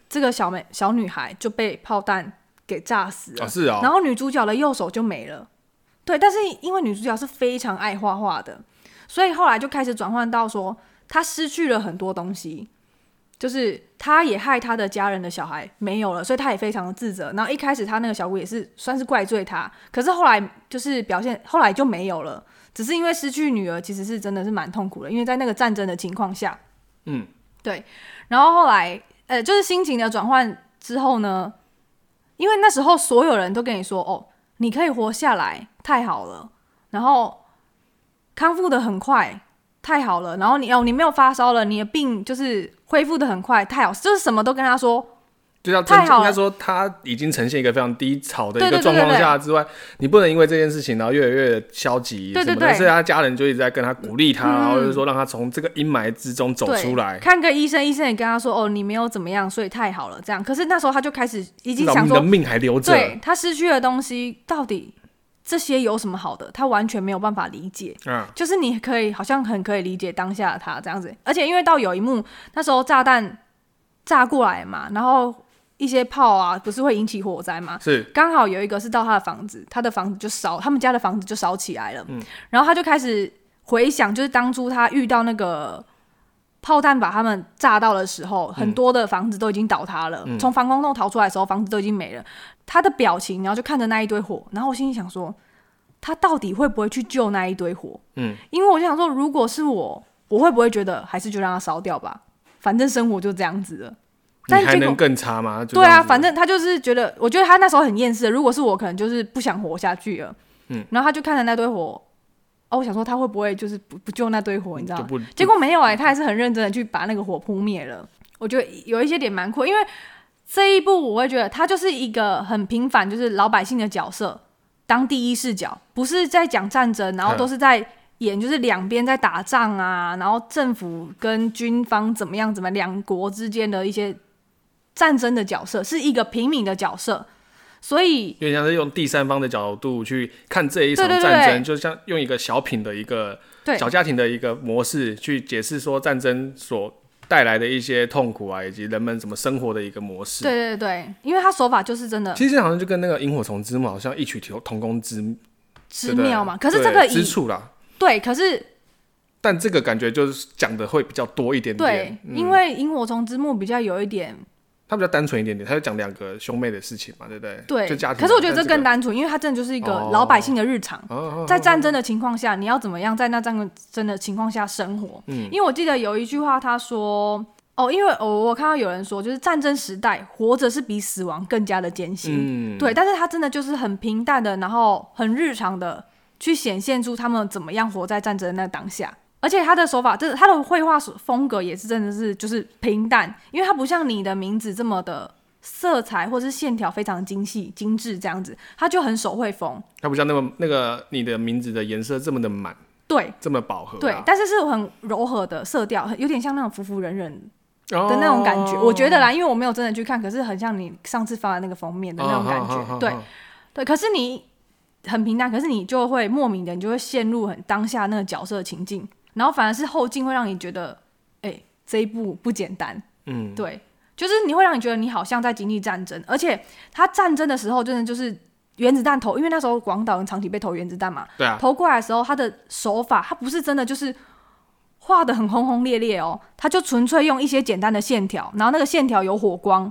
[SPEAKER 1] 这个小妹小女孩就被炮弹给炸死了
[SPEAKER 2] 啊，是啊，
[SPEAKER 1] 然后女主角的右手就没了。对，但是因为女主角是非常爱画画的，所以后来就开始转换到说，她失去了很多东西，就是她也害她的家人的小孩没有了，所以她也非常的自责。然后一开始她那个小姑也是算是怪罪她，可是后来就是表现，后来就没有了。只是因为失去女儿，其实是真的是蛮痛苦的，因为在那个战争的情况下，
[SPEAKER 2] 嗯，
[SPEAKER 1] 对。然后后来，呃，就是心情的转换之后呢，因为那时候所有人都跟你说，哦，你可以活下来，太好了，然后康复的很快，太好了，然后你哦，你没有发烧了，你的病就是恢复的很快，太好，就是什么都跟他说，
[SPEAKER 2] 就像
[SPEAKER 1] 太好
[SPEAKER 2] 应
[SPEAKER 1] 了
[SPEAKER 2] 该说，他已经呈现一个非常低潮的一
[SPEAKER 1] 对
[SPEAKER 2] 个
[SPEAKER 1] 对对
[SPEAKER 2] 状
[SPEAKER 1] 对
[SPEAKER 2] 况
[SPEAKER 1] 对
[SPEAKER 2] 下之外，你不能因为这件事情然后越来越消极
[SPEAKER 1] 对
[SPEAKER 2] 什
[SPEAKER 1] 对
[SPEAKER 2] 么
[SPEAKER 1] 对
[SPEAKER 2] 的，所以他家人就一直在跟他鼓励他，
[SPEAKER 1] 嗯
[SPEAKER 2] 然后就是说让他从这个阴霾之中走
[SPEAKER 1] 对
[SPEAKER 2] 出来。
[SPEAKER 1] 看个医生，医生也跟他说，哦，你没有怎么样，所以太好了，这样。可是那时候他就开始已经
[SPEAKER 2] 至少
[SPEAKER 1] 想
[SPEAKER 2] 你
[SPEAKER 1] 说
[SPEAKER 2] 的，命还留着，
[SPEAKER 1] 对他失去的东西到底这些有什么好的，他完全没有办法理解。
[SPEAKER 2] 嗯，
[SPEAKER 1] 就是你可以好像很可以理解当下的他这样子，而且因为到有一幕那时候炸弹炸过来嘛，然后一些炮啊不是会引起火灾嘛，
[SPEAKER 2] 是
[SPEAKER 1] 刚好有一个是到他的房子，他的房子就烧，他们家的房子就烧起来了。然后他就开始回想，就是当初他遇到那个炮弹把他们炸到的时候，很多的房子都已经倒塌了。从防空洞逃出来的时候，房子都已经没了。他的表情，然后就看着那一堆火，然后我心里想说，他到底会不会去救那一堆火？
[SPEAKER 2] 嗯，
[SPEAKER 1] 因为我就想说，如果是我，我会不会觉得还是就让它烧掉吧？反正生活就这样子了。但
[SPEAKER 2] 你还
[SPEAKER 1] 结果
[SPEAKER 2] 能更差吗？就
[SPEAKER 1] 对
[SPEAKER 2] 这
[SPEAKER 1] 啊，
[SPEAKER 2] 样子
[SPEAKER 1] 反正他就是觉得，我觉得他那时候很厌世的。如果是我，可能就是不想活下去了。
[SPEAKER 2] 嗯，
[SPEAKER 1] 然后他就看着那堆火，哦，我想说他会不会就是不不救那堆火，你知道
[SPEAKER 2] 就
[SPEAKER 1] 吗？
[SPEAKER 2] 不
[SPEAKER 1] 结果没有哎、他还是很认真的去把那个火扑灭了。我觉得有一些点蛮酷，因为这一部我会觉得他就是一个很平凡，就是老百姓的角色，当第一视角，不是在讲战争，然后都是在演就是两边在打仗啊，然后政府跟军方怎么样怎么样两国之间的一些战争的角色，是一个平民的角色，所以
[SPEAKER 2] 有点像是用第三方的角度去看这一场
[SPEAKER 1] 对对
[SPEAKER 2] 战
[SPEAKER 1] 对
[SPEAKER 2] 争，就像用一个小品的一个
[SPEAKER 1] 对
[SPEAKER 2] 小家庭的一个模式去解释说战争所带来的一些痛苦啊，以及人们怎么生活的一个模式。
[SPEAKER 1] 对，对对，因为他手法就是真的
[SPEAKER 2] 其实好像就跟那个萤火虫之墓好像异曲同同工之
[SPEAKER 1] 之妙嘛。可是这
[SPEAKER 2] 对
[SPEAKER 1] 个
[SPEAKER 2] 之
[SPEAKER 1] 以
[SPEAKER 2] 处啦，
[SPEAKER 1] 对，可是
[SPEAKER 2] 但这个感觉就是讲的会比较多一点嗯
[SPEAKER 1] 对
[SPEAKER 2] 点，，
[SPEAKER 1] 因为萤火虫之墓比较有一点
[SPEAKER 2] 它比较单纯一点点，它就讲两个兄妹的事情嘛，对不对？
[SPEAKER 1] 对
[SPEAKER 2] 就家，庭。
[SPEAKER 1] 可是我觉得这
[SPEAKER 2] 但
[SPEAKER 1] 更
[SPEAKER 2] 个
[SPEAKER 1] 单纯，因为它真的就是一个
[SPEAKER 2] 哦
[SPEAKER 1] 老百姓的日常。
[SPEAKER 2] 哦，
[SPEAKER 1] 在战争的情况下，你要怎么样在那战争的情况下生活？嗯，因为我记得有一句话，他说：“哦，因为我我看到有人说，就是战争时代，活着是比死亡更加的艰辛。
[SPEAKER 2] 嗯，
[SPEAKER 1] 对，但是他真的就是很平淡的，然后很日常的去显现出他们怎么样活在战争的那当下。而且他的手法，这他的绘画风格也是真的是就是平淡，因为他不像你的名字这么的色彩或是线条非常精细精致这样子，他就很手绘风。
[SPEAKER 2] 它不像那么那个你的名字的颜色这么的满，
[SPEAKER 1] 对，
[SPEAKER 2] 这么饱和啊。
[SPEAKER 1] 对，但是是很柔和的色调，很有点像那种服服人人
[SPEAKER 2] 的
[SPEAKER 1] 的那种感觉。
[SPEAKER 2] 哦
[SPEAKER 1] 我觉得啦，因为我没有真的去看，可是很像你上次发的那个封
[SPEAKER 2] 啊
[SPEAKER 1] 面的那种感觉。对对，可是你很平淡，可是你就会莫名的，你就会陷入很当下那个角色的情境，然后反而是后劲会让你觉得，哎、这一部不简单。
[SPEAKER 2] 嗯，
[SPEAKER 1] 对，就是你会让你觉得你好像在经历战争，而且他战争的时候真的就是原子弹投，因为那时候广岛跟长崎被投原子弹嘛，
[SPEAKER 2] 对啊，
[SPEAKER 1] 投过来的时候，他的手法他不是真的就是画的很轰轰烈烈哦，他就纯粹用一些简单的线条，然后那个线条有火光，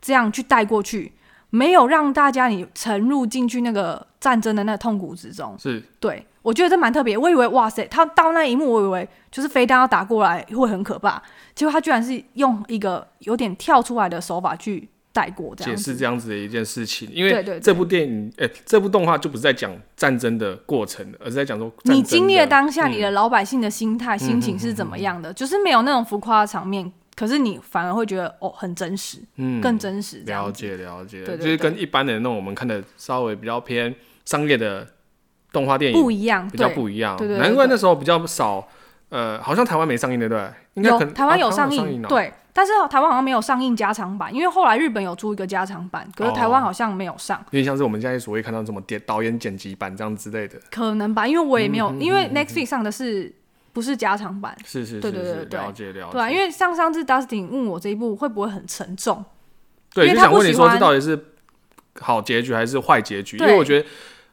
[SPEAKER 1] 这样去带过去，没有让大家你沉入进去那个战争的那个痛苦之中。
[SPEAKER 2] 是
[SPEAKER 1] 对我觉得这蛮特别，我以为哇塞，他到那一幕，我以为就是飞弹要打过来会很可怕，结果他居然是用一个有点跳出来的手法去带过这
[SPEAKER 2] 解
[SPEAKER 1] 样
[SPEAKER 2] 释
[SPEAKER 1] 子。
[SPEAKER 2] 这样子的一件事情，因
[SPEAKER 1] 对
[SPEAKER 2] 为
[SPEAKER 1] 对对
[SPEAKER 2] 这部电影，哎、这部动画就不是在讲战争的过程，而是在讲说战争
[SPEAKER 1] 你经历了
[SPEAKER 2] 的嗯
[SPEAKER 1] 当下你的老百姓的心态、心情是怎么样的，就是没有那种浮夸的场面，可是你反而会觉得哦，很真实，
[SPEAKER 2] 嗯
[SPEAKER 1] 更真实这样
[SPEAKER 2] 了
[SPEAKER 1] 子。
[SPEAKER 2] 解了解，
[SPEAKER 1] 对对
[SPEAKER 2] 就
[SPEAKER 1] 对
[SPEAKER 2] 是跟一般的那种我们看的稍微比较偏商业的动画电影
[SPEAKER 1] 不一样，
[SPEAKER 2] 比较
[SPEAKER 1] 对
[SPEAKER 2] 不一样，
[SPEAKER 1] 对对对
[SPEAKER 2] 难怪
[SPEAKER 1] 对
[SPEAKER 2] 那时候比较少，呃，好像台湾没上映对不对？应该可
[SPEAKER 1] 有
[SPEAKER 2] 能
[SPEAKER 1] 台湾
[SPEAKER 2] 啊
[SPEAKER 1] 有
[SPEAKER 2] 上
[SPEAKER 1] 上映，
[SPEAKER 2] 哦，
[SPEAKER 1] 对，但是台湾好像没有上映加长版，因为后来日本有出一个加长版，可是台湾
[SPEAKER 2] 哦
[SPEAKER 1] 好像没有上，
[SPEAKER 2] 有点像是我们现在所谓看到什么电导演剪辑版这样之类的，
[SPEAKER 1] 可能吧，因为我也没有，
[SPEAKER 2] 嗯
[SPEAKER 1] 因为 Netflix 上的是不是加长版？
[SPEAKER 2] 是是是是，
[SPEAKER 1] 对对对对
[SPEAKER 2] 了解了解，
[SPEAKER 1] 对啊，因为上上次 Dustin 问我这一部会不会很沉重，
[SPEAKER 2] 对，
[SPEAKER 1] 因为
[SPEAKER 2] 就
[SPEAKER 1] 他
[SPEAKER 2] 想
[SPEAKER 1] 不
[SPEAKER 2] 问你
[SPEAKER 1] 喜
[SPEAKER 2] 说
[SPEAKER 1] 欢
[SPEAKER 2] 这到底是好结局还是坏结局？因
[SPEAKER 1] 对
[SPEAKER 2] 为我觉得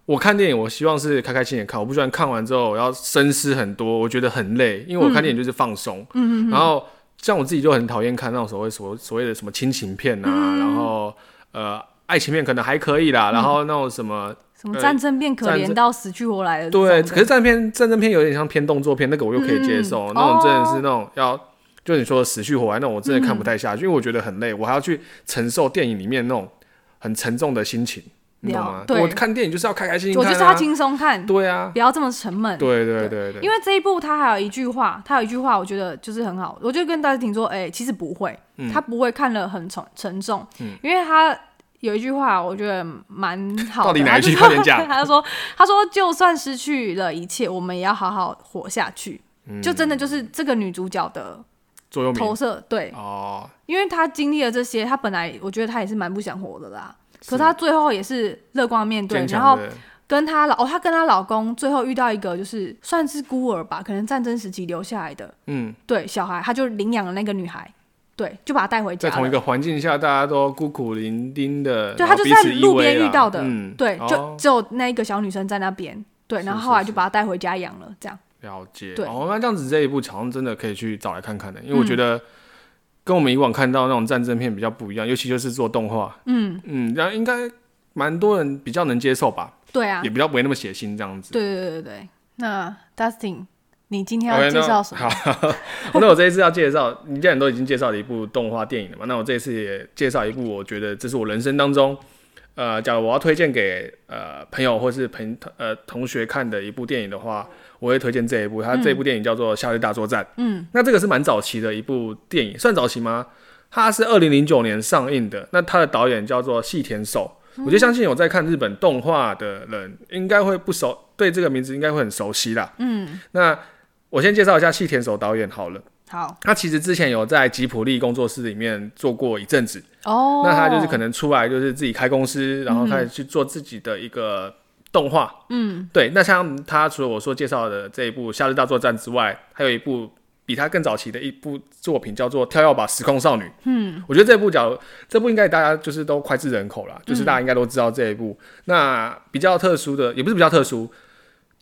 [SPEAKER 2] 我看电影，我希望是开开心心地看，我不喜欢看完之后我要深思很多，我觉得很累，因为我看电影就是放松。嗯嗯。然后像我自己就很讨厌看那种所谓所所谓的什么亲情片啊，
[SPEAKER 1] 嗯
[SPEAKER 2] 然后呃爱情片可能还可以啦，然后那种什么、
[SPEAKER 1] 什么
[SPEAKER 2] 呃
[SPEAKER 1] 战争变可
[SPEAKER 2] 战
[SPEAKER 1] 怜
[SPEAKER 2] 争
[SPEAKER 1] 到死去活来的这种
[SPEAKER 2] 对，
[SPEAKER 1] 的，
[SPEAKER 2] 可是战片战争片有点像偏动作片，那个我又可以接受，
[SPEAKER 1] 嗯
[SPEAKER 2] 那种真的
[SPEAKER 1] 哦嗯
[SPEAKER 2] 是那种要。就你说的死去活来那种，我真的看不太下去，因为我觉得很累，我还要去承受电影里面那种很沉重的心情，你懂吗
[SPEAKER 1] 了？对
[SPEAKER 2] 我看电影就是要开开心心
[SPEAKER 1] 我
[SPEAKER 2] 看、啊，
[SPEAKER 1] 就是要轻松看，
[SPEAKER 2] 对啊，
[SPEAKER 1] 不要这么沉闷。
[SPEAKER 2] 对对对对，
[SPEAKER 1] 因为这一部它还有一句话，它有一句话，我觉得就是很好，我就跟大家听说，哎、其实不会，
[SPEAKER 2] 嗯
[SPEAKER 1] 他不会看了很沉沉重，因为他有一句话，我觉得蛮好的。
[SPEAKER 2] 到底哪一
[SPEAKER 1] 他
[SPEAKER 2] 句
[SPEAKER 1] 就
[SPEAKER 2] 快点 讲
[SPEAKER 1] 他说，他说就算失去了一切，我们也要好好活下去。
[SPEAKER 2] 嗯
[SPEAKER 1] 就真的就是这个女主角的
[SPEAKER 2] 座右
[SPEAKER 1] 投
[SPEAKER 2] 铭
[SPEAKER 1] 射，对，
[SPEAKER 2] 哦，
[SPEAKER 1] 因为她经历了这些，她本来我觉得她也是蛮不想活的啦，可她最后也是乐观面对，
[SPEAKER 2] 坚
[SPEAKER 1] 然
[SPEAKER 2] 强
[SPEAKER 1] 后
[SPEAKER 2] 的，
[SPEAKER 1] 跟她老哦，她跟她老公最后遇到一个就是算是孤儿吧，可能战争时期留下来的
[SPEAKER 2] 嗯，
[SPEAKER 1] 对小孩，她就领养了那个女孩，对，就把她带回家了。
[SPEAKER 2] 在同一个环境下，大家都孤苦伶仃的，
[SPEAKER 1] 对，
[SPEAKER 2] 然后
[SPEAKER 1] 她就
[SPEAKER 2] 彼
[SPEAKER 1] 在
[SPEAKER 2] 此依
[SPEAKER 1] 路
[SPEAKER 2] 偎
[SPEAKER 1] 边遇
[SPEAKER 2] 啦
[SPEAKER 1] 到的，
[SPEAKER 2] 嗯，
[SPEAKER 1] 对，就、
[SPEAKER 2] 哦
[SPEAKER 1] 只有那一个小女生在那边，对，然后
[SPEAKER 2] 是
[SPEAKER 1] 后来
[SPEAKER 2] 是
[SPEAKER 1] 就把她带回家养了，这样
[SPEAKER 2] 了解，
[SPEAKER 1] 对嗯
[SPEAKER 2] 哦，那这样子这一部好像真的可以去找来看看的，因为我觉得跟我们以往看到那种战争片比较不一样，尤其就是做动画，嗯嗯，然后应该蛮多人比较能接受吧，
[SPEAKER 1] 对啊
[SPEAKER 2] 也，比较不会那么血腥这样子。
[SPEAKER 1] 对对对对对。那 Dustin，你今天
[SPEAKER 2] OK，
[SPEAKER 1] 要
[SPEAKER 2] 那
[SPEAKER 1] 介绍什么？
[SPEAKER 2] 好， 那我这一次要介绍，你既然都已经介绍了一部动画电影了嘛，那我这一次也介绍一部，我觉得这是我人生当中，呃，假如我要推荐给呃朋友或是朋呃同学看的一部电影的话，我会推荐这一部。它这
[SPEAKER 1] 嗯
[SPEAKER 2] 部电影叫做《夏日大作战》。嗯，那这个是蛮早期的一部电影，算早期吗？它是二零零九年上映的，那它的导演叫做细田
[SPEAKER 1] 嗯
[SPEAKER 2] 守。我觉得相信有在看日本动画的人，应该会不熟，对这个名字应该会很熟悉啦。嗯，那我先介绍一下细田守导演好了，
[SPEAKER 1] 好
[SPEAKER 2] 他其实之前有在吉普力工作室里面做过一阵子，
[SPEAKER 1] 哦，
[SPEAKER 2] 那他就是可能出来就是自己开公司，然后开始去做自己的一个动画，嗯，对。那像他除了我说介绍的这一部《夏日大作战》之外，还有一部比他更早期的一部作品叫做《跳跃吧时空少女》，嗯，我觉得这部角这部应该大家就是都脍炙人口
[SPEAKER 1] 嗯
[SPEAKER 2] 啦，就是大家应该都知道这一部。那比较特殊的也不是比较特殊。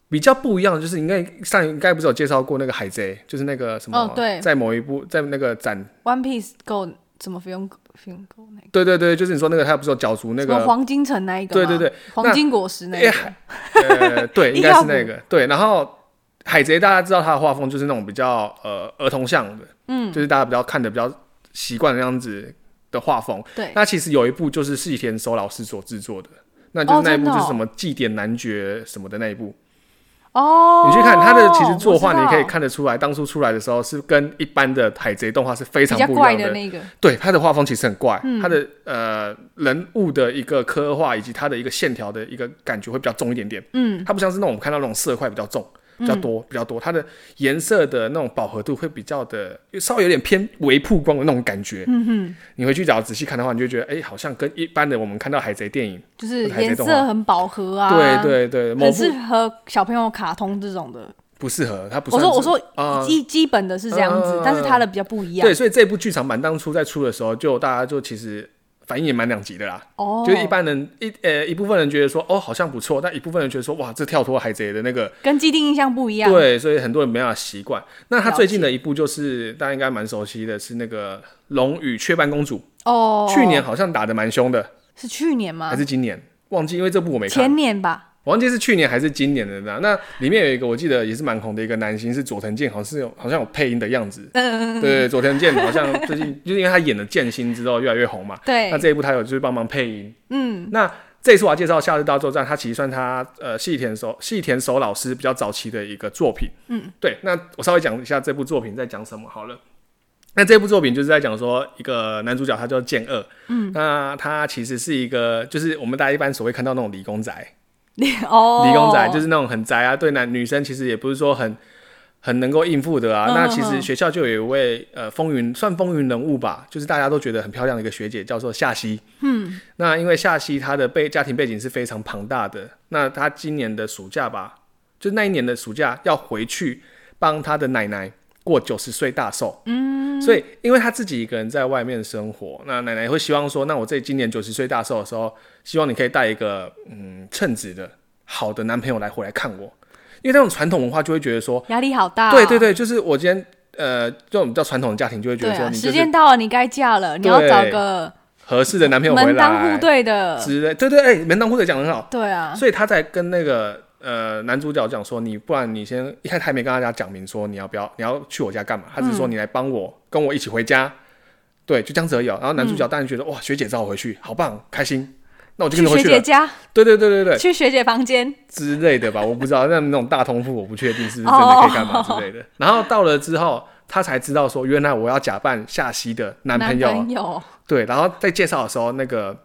[SPEAKER 2] 比较不一样的就是，应该上应该不是有介绍过那个海贼，就是那个什么，
[SPEAKER 1] 哦对
[SPEAKER 2] 在某一部在那个展
[SPEAKER 1] One Piece Go 怎么不用不用 Go 那个？
[SPEAKER 2] 对对对，就是你说那个他不是有角逐那
[SPEAKER 1] 什么
[SPEAKER 2] 个，
[SPEAKER 1] 黄金城那一个？
[SPEAKER 2] 对对，对，
[SPEAKER 1] 黄金果实那一
[SPEAKER 2] 哎
[SPEAKER 1] 个。
[SPEAKER 2] 呃，对，应该
[SPEAKER 1] 硬要
[SPEAKER 2] 是那个，对。然后海贼大家知道他的画风就是那种比较呃儿童向的，嗯，就是大家比较看的比较习惯的样子的画风。
[SPEAKER 1] 对，
[SPEAKER 2] 那其实有一部就是细田守老师所制作的，那
[SPEAKER 1] 哦
[SPEAKER 2] 就是那一
[SPEAKER 1] 真
[SPEAKER 2] 部
[SPEAKER 1] 的
[SPEAKER 2] 就是
[SPEAKER 1] 哦
[SPEAKER 2] 什么祭典男爵什么的那一部，
[SPEAKER 1] 哦，
[SPEAKER 2] 你去看他的其实作画，
[SPEAKER 1] 我知道
[SPEAKER 2] 你可以看得出来，当初出来的时候是跟一般的海贼动画是非
[SPEAKER 1] 比
[SPEAKER 2] 常
[SPEAKER 1] 较
[SPEAKER 2] 不一
[SPEAKER 1] 怪
[SPEAKER 2] 样
[SPEAKER 1] 的那个，
[SPEAKER 2] 对，他的画风其实很怪，
[SPEAKER 1] 嗯
[SPEAKER 2] 他的呃人物的一个刻画以及他的一个线条的一个感觉会比较重一点点。
[SPEAKER 1] 嗯，
[SPEAKER 2] 它不像是那种我们看到那种色块比较重、比较多、比较多，它的颜色的那种饱和度会比较的稍微有点偏微曝光的那种感觉。嗯哼，你回去只要仔细看的话，你就觉得哎、好像跟一般的我们看到海贼电影，
[SPEAKER 1] 就是
[SPEAKER 2] 还
[SPEAKER 1] 颜
[SPEAKER 2] 没动画
[SPEAKER 1] 色很饱和啊，
[SPEAKER 2] 对对对，某
[SPEAKER 1] 很
[SPEAKER 2] 部
[SPEAKER 1] 适合小朋友卡通这种的。
[SPEAKER 2] 不适合，它不
[SPEAKER 1] 我
[SPEAKER 2] 算
[SPEAKER 1] 说我
[SPEAKER 2] 是
[SPEAKER 1] 说
[SPEAKER 2] 啊
[SPEAKER 1] 基基本的是这样
[SPEAKER 2] 嗯嗯
[SPEAKER 1] 子
[SPEAKER 2] 嗯，
[SPEAKER 1] 但是它的比较不一样。
[SPEAKER 2] 对，所以这部剧场版当初在出的时候，就大家就其实反应也蛮两极的啦。
[SPEAKER 1] 哦，
[SPEAKER 2] 就是一般人一呃一部分人觉得说哦好像不错，但一部分人觉得说哇这跳脱海贼的那个
[SPEAKER 1] 跟既定印象不一样。
[SPEAKER 2] 对，所以很多人没办法习惯。那他
[SPEAKER 1] 了
[SPEAKER 2] 最近的一部就是大家应该蛮熟悉的是那个《龙与雀斑公主》
[SPEAKER 1] 哦，
[SPEAKER 2] 去年好像打的蛮凶的，
[SPEAKER 1] 是去年吗
[SPEAKER 2] 还？是今年忘记，因为这部我没看，
[SPEAKER 1] 前年吧？
[SPEAKER 2] 我忘记是去年还是今年的那那里面有一个我记得也是蛮红的一个男星是佐藤健，好像是有好像有配音的样子。
[SPEAKER 1] 嗯，
[SPEAKER 2] 对，佐藤健好像最近就是因为他演了剑心之后越来越红嘛，
[SPEAKER 1] 对
[SPEAKER 2] 那，这一部他有就是帮忙配音，
[SPEAKER 1] 嗯，
[SPEAKER 2] 那这次我要介绍《夏日大作战》，它其实算他呃细田守细田守老师比较早期的一个作品。嗯，对。那我稍微讲一下这部作品在讲什么好了。那这部作品就是在讲说一个男主角他叫剑二，嗯，那他其实是一个就是我们大家一般所谓看到那种理工宅，
[SPEAKER 1] 哦，
[SPEAKER 2] 理工宅就是那种很宅啊，对男女生其实也不是说很很能够应付的啊。
[SPEAKER 1] 嗯
[SPEAKER 2] 那
[SPEAKER 1] 嗯
[SPEAKER 2] 其实
[SPEAKER 1] 嗯
[SPEAKER 2] 学校就有一位呃风云算风云人物吧，就是大家都觉得很漂亮的一个学姐，叫做夏曦。嗯，那因为夏曦她的背家庭背景是非常庞大的，那她今年的暑假吧，就是那一年的暑假要回去帮她的奶奶过九十岁大寿。嗯，所以因为她自己一个人在外面生活，那奶奶会希望说，那我这今年九十岁大寿的时候，希望你可以带一个嗯称职的好的男朋友来回来看我，因为那种传统文化就会觉得说，
[SPEAKER 1] 压力好大哦。
[SPEAKER 2] 对对对，就是我今天呃这种比较传统的家庭就会觉
[SPEAKER 1] 对
[SPEAKER 2] 得说，
[SPEAKER 1] 啊，
[SPEAKER 2] 你
[SPEAKER 1] 时
[SPEAKER 2] 就
[SPEAKER 1] 间
[SPEAKER 2] 是
[SPEAKER 1] 到了，你该嫁了，你要
[SPEAKER 2] 对
[SPEAKER 1] 找个
[SPEAKER 2] 合适的男朋友回
[SPEAKER 1] 门当户
[SPEAKER 2] 来
[SPEAKER 1] 对的。
[SPEAKER 2] 之类，对对哎，门当户对讲得很好，
[SPEAKER 1] 对啊，
[SPEAKER 2] 所以他在跟那个呃男主角讲说，你不然你先一开始还没跟大家讲明说你要不要你要去我家干嘛，他只是
[SPEAKER 1] 嗯
[SPEAKER 2] 说你来帮我、跟我一起回家，对，就这样子而已、哦。然后
[SPEAKER 1] 嗯
[SPEAKER 2] 男主角当然觉得、哇学姐找我回去，好棒开心，那我就跟
[SPEAKER 1] 去
[SPEAKER 2] 着回
[SPEAKER 1] 学
[SPEAKER 2] 去
[SPEAKER 1] 姐
[SPEAKER 2] 了。
[SPEAKER 1] 家，
[SPEAKER 2] 对对对对对
[SPEAKER 1] 去学姐房间。
[SPEAKER 2] 之类的吧，我不知道，那那种大通铺我不确定是
[SPEAKER 1] 哦
[SPEAKER 2] 不是真的可以干嘛之类的。然后到了之后，他才知道说原来我要假扮夏曦的男朋友，对，然后在介绍的时候，那个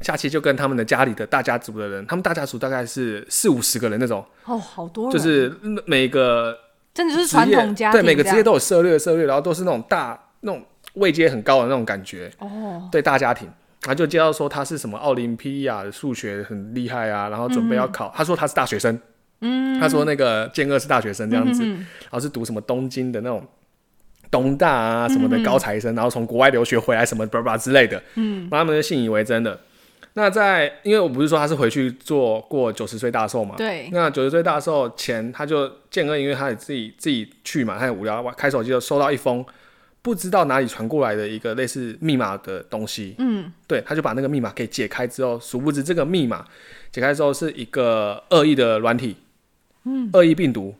[SPEAKER 2] 夏琪就跟他们的家里的大家族的人，他们大家族大概是四五十个人那种，
[SPEAKER 1] 哦，好多人，
[SPEAKER 2] 就是每个
[SPEAKER 1] 真的就是
[SPEAKER 2] 职
[SPEAKER 1] 传
[SPEAKER 2] 业
[SPEAKER 1] 统家庭
[SPEAKER 2] 对
[SPEAKER 1] 这样，
[SPEAKER 2] 每个职业都有涉略涉略，然后都是那种大那种位阶很高的那种感觉，
[SPEAKER 1] 哦，
[SPEAKER 2] 对大家庭。然后就介绍说他是什么奥林匹亚的数学很厉害啊，然后准备要考，他说他是大学生，嗯，他说那个健二是大学生这样子，
[SPEAKER 1] 嗯
[SPEAKER 2] 然后是读什么东京的那种东大啊什么的高材
[SPEAKER 1] 嗯
[SPEAKER 2] 生，然后从国外留学回来什么巴拉巴拉之类的，嗯，然后他们就信以为真的。那在因为我不是说他是回去做过九十岁大寿嘛，
[SPEAKER 1] 对，
[SPEAKER 2] 那九十岁大寿前，他就健哥，因为他也自己自己去嘛，他也无聊，开手机就收到一封不知道哪里传过来的一个类似密码的东西。
[SPEAKER 1] 嗯，
[SPEAKER 2] 对，他就把那个密码给解开之后，殊不知这个密码解开之后是一个恶意的软体，嗯，恶意病毒。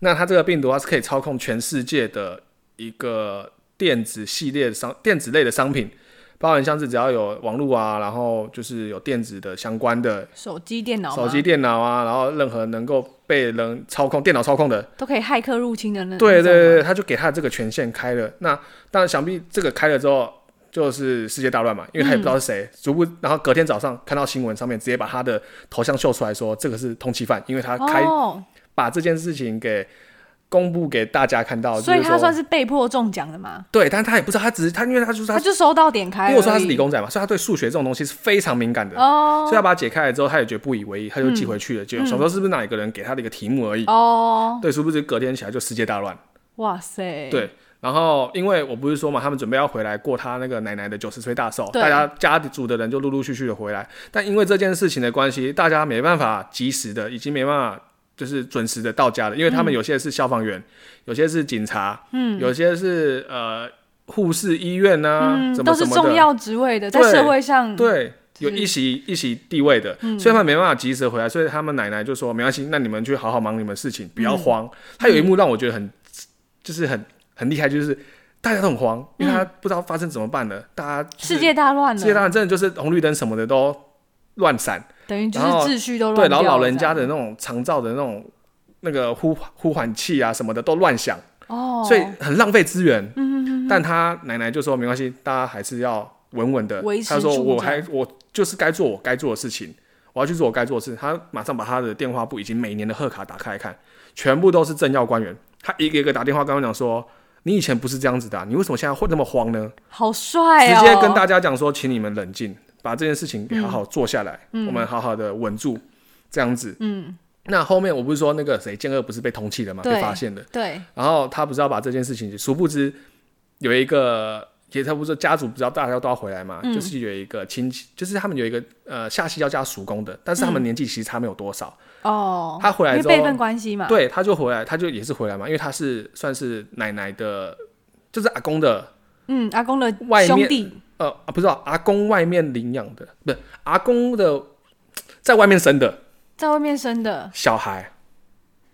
[SPEAKER 2] 那它这个病毒它是可以操控全世界的一个电子系列的商电子类的商品，包含像是只要有网络啊，然后就是有电子的相关的
[SPEAKER 1] 手机、电脑吗、
[SPEAKER 2] 手机、电脑啊，然后任何能够被人操控、电脑操控的，
[SPEAKER 1] 都可以骇客入侵的那
[SPEAKER 2] 对对对，
[SPEAKER 1] 对，
[SPEAKER 2] 对他就给他这个权限开了。那当然，想必这个开了之后就是世界大乱嘛，因为他也不知道是谁，逐步，然后隔天早上看到新闻上面直接把他的头像秀出来说这个是通缉犯，因为他开、
[SPEAKER 1] 哦，
[SPEAKER 2] 把这件事情给公布给大家看到，
[SPEAKER 1] 所以
[SPEAKER 2] 就是
[SPEAKER 1] 他
[SPEAKER 2] 说
[SPEAKER 1] 算是被迫中奖的嘛？
[SPEAKER 2] 对，但他也不知道，他只是他因为他就是他
[SPEAKER 1] 他，就收到点开而已，
[SPEAKER 2] 因为我说他是理工仔嘛，所以他对数学这种东西是非常敏感的。
[SPEAKER 1] 哦嗯
[SPEAKER 2] 所以他把它解开来之后，他也觉得不以为意，他就寄回去了。就想说是不是哪一个人给他的一个题目而已？
[SPEAKER 1] 哦，
[SPEAKER 2] 对，殊不知隔天起来就世界大乱。
[SPEAKER 1] 哇塞，
[SPEAKER 2] 对，然后因为我不是说嘛，他们准备要回来过他那个奶奶的九十岁大寿，
[SPEAKER 1] 对
[SPEAKER 2] 大家家族的人就陆陆续续的回来，但因为这件事情的关系，大家没办法及时的，已经没办法。就是准时的到家了，因为他们
[SPEAKER 1] 嗯
[SPEAKER 2] 有些是消防员，有些是警察，嗯，有些是呃护士、医院呐、啊，
[SPEAKER 1] 嗯，
[SPEAKER 2] 怎么
[SPEAKER 1] 都是
[SPEAKER 2] 怎么
[SPEAKER 1] 重
[SPEAKER 2] 的
[SPEAKER 1] 要职位的，在
[SPEAKER 2] 对
[SPEAKER 1] 社会上，
[SPEAKER 2] 对，有
[SPEAKER 1] 嗯是嗯
[SPEAKER 2] 一席一席地位的，所以他们没办法及时回来，所以他们奶奶就说没关系，那你们去好好忙你们的事情，不
[SPEAKER 1] 嗯
[SPEAKER 2] 要慌。他有一幕让我觉得很，就是很很厉害，就是大家都很慌，因为他不知道发生怎么办了，大家就
[SPEAKER 1] 嗯
[SPEAKER 2] 是
[SPEAKER 1] 世界大乱了，
[SPEAKER 2] 世界当然真的就是红绿灯什么的都乱闪，
[SPEAKER 1] 等于就是
[SPEAKER 2] 然后
[SPEAKER 1] 秩序都乱
[SPEAKER 2] 对，
[SPEAKER 1] 掉
[SPEAKER 2] 然
[SPEAKER 1] 了
[SPEAKER 2] 后老人家的
[SPEAKER 1] 这
[SPEAKER 2] 那种长照的那种。那个呼呼喊器啊什么的都乱响，
[SPEAKER 1] 样哦，嗯
[SPEAKER 2] 所以很浪费资源。但他奶奶就说没关系，大家还是要稳稳的
[SPEAKER 1] 维。持
[SPEAKER 2] 他说
[SPEAKER 1] 住
[SPEAKER 2] 我
[SPEAKER 1] 这样
[SPEAKER 2] 还我就是该做我该做的事情，我要去做我该做的事。他马上把他的电话簿以及每年的贺卡打开来看，全部都是政要官员。他一个一个打电话跟我讲说。你以前不是这样子的啊、你为什么现在会那么慌呢？
[SPEAKER 1] 好帅哦，
[SPEAKER 2] 直接跟大家讲说，请你们冷静，把这件事情给好好做下来，
[SPEAKER 1] 嗯
[SPEAKER 2] 我们好好的稳住，这样子。嗯，那后面我不是说那个谁建二不是被通缉了吗？
[SPEAKER 1] 对
[SPEAKER 2] 被发现了。
[SPEAKER 1] 对
[SPEAKER 2] 然后他不知道把这件事情，殊不知有一个，也他不是说家族不知道大家都要回来嘛，
[SPEAKER 1] 嗯
[SPEAKER 2] 就是有一个亲戚，就是他们有一个呃下西要加叔公的，但是他们年纪其实差没有多少，
[SPEAKER 1] 哦，
[SPEAKER 2] 他回来
[SPEAKER 1] 因为
[SPEAKER 2] 之后
[SPEAKER 1] 辈分关系嘛，
[SPEAKER 2] 对，他就回来，他就也是回来嘛，因为他是算是奶奶的，就是阿公的，
[SPEAKER 1] 嗯，阿公的
[SPEAKER 2] 外面
[SPEAKER 1] 兄弟
[SPEAKER 2] 呃，啊不知道阿公外面领养的，不是阿公的在外面生的
[SPEAKER 1] 在外面生的
[SPEAKER 2] 小孩，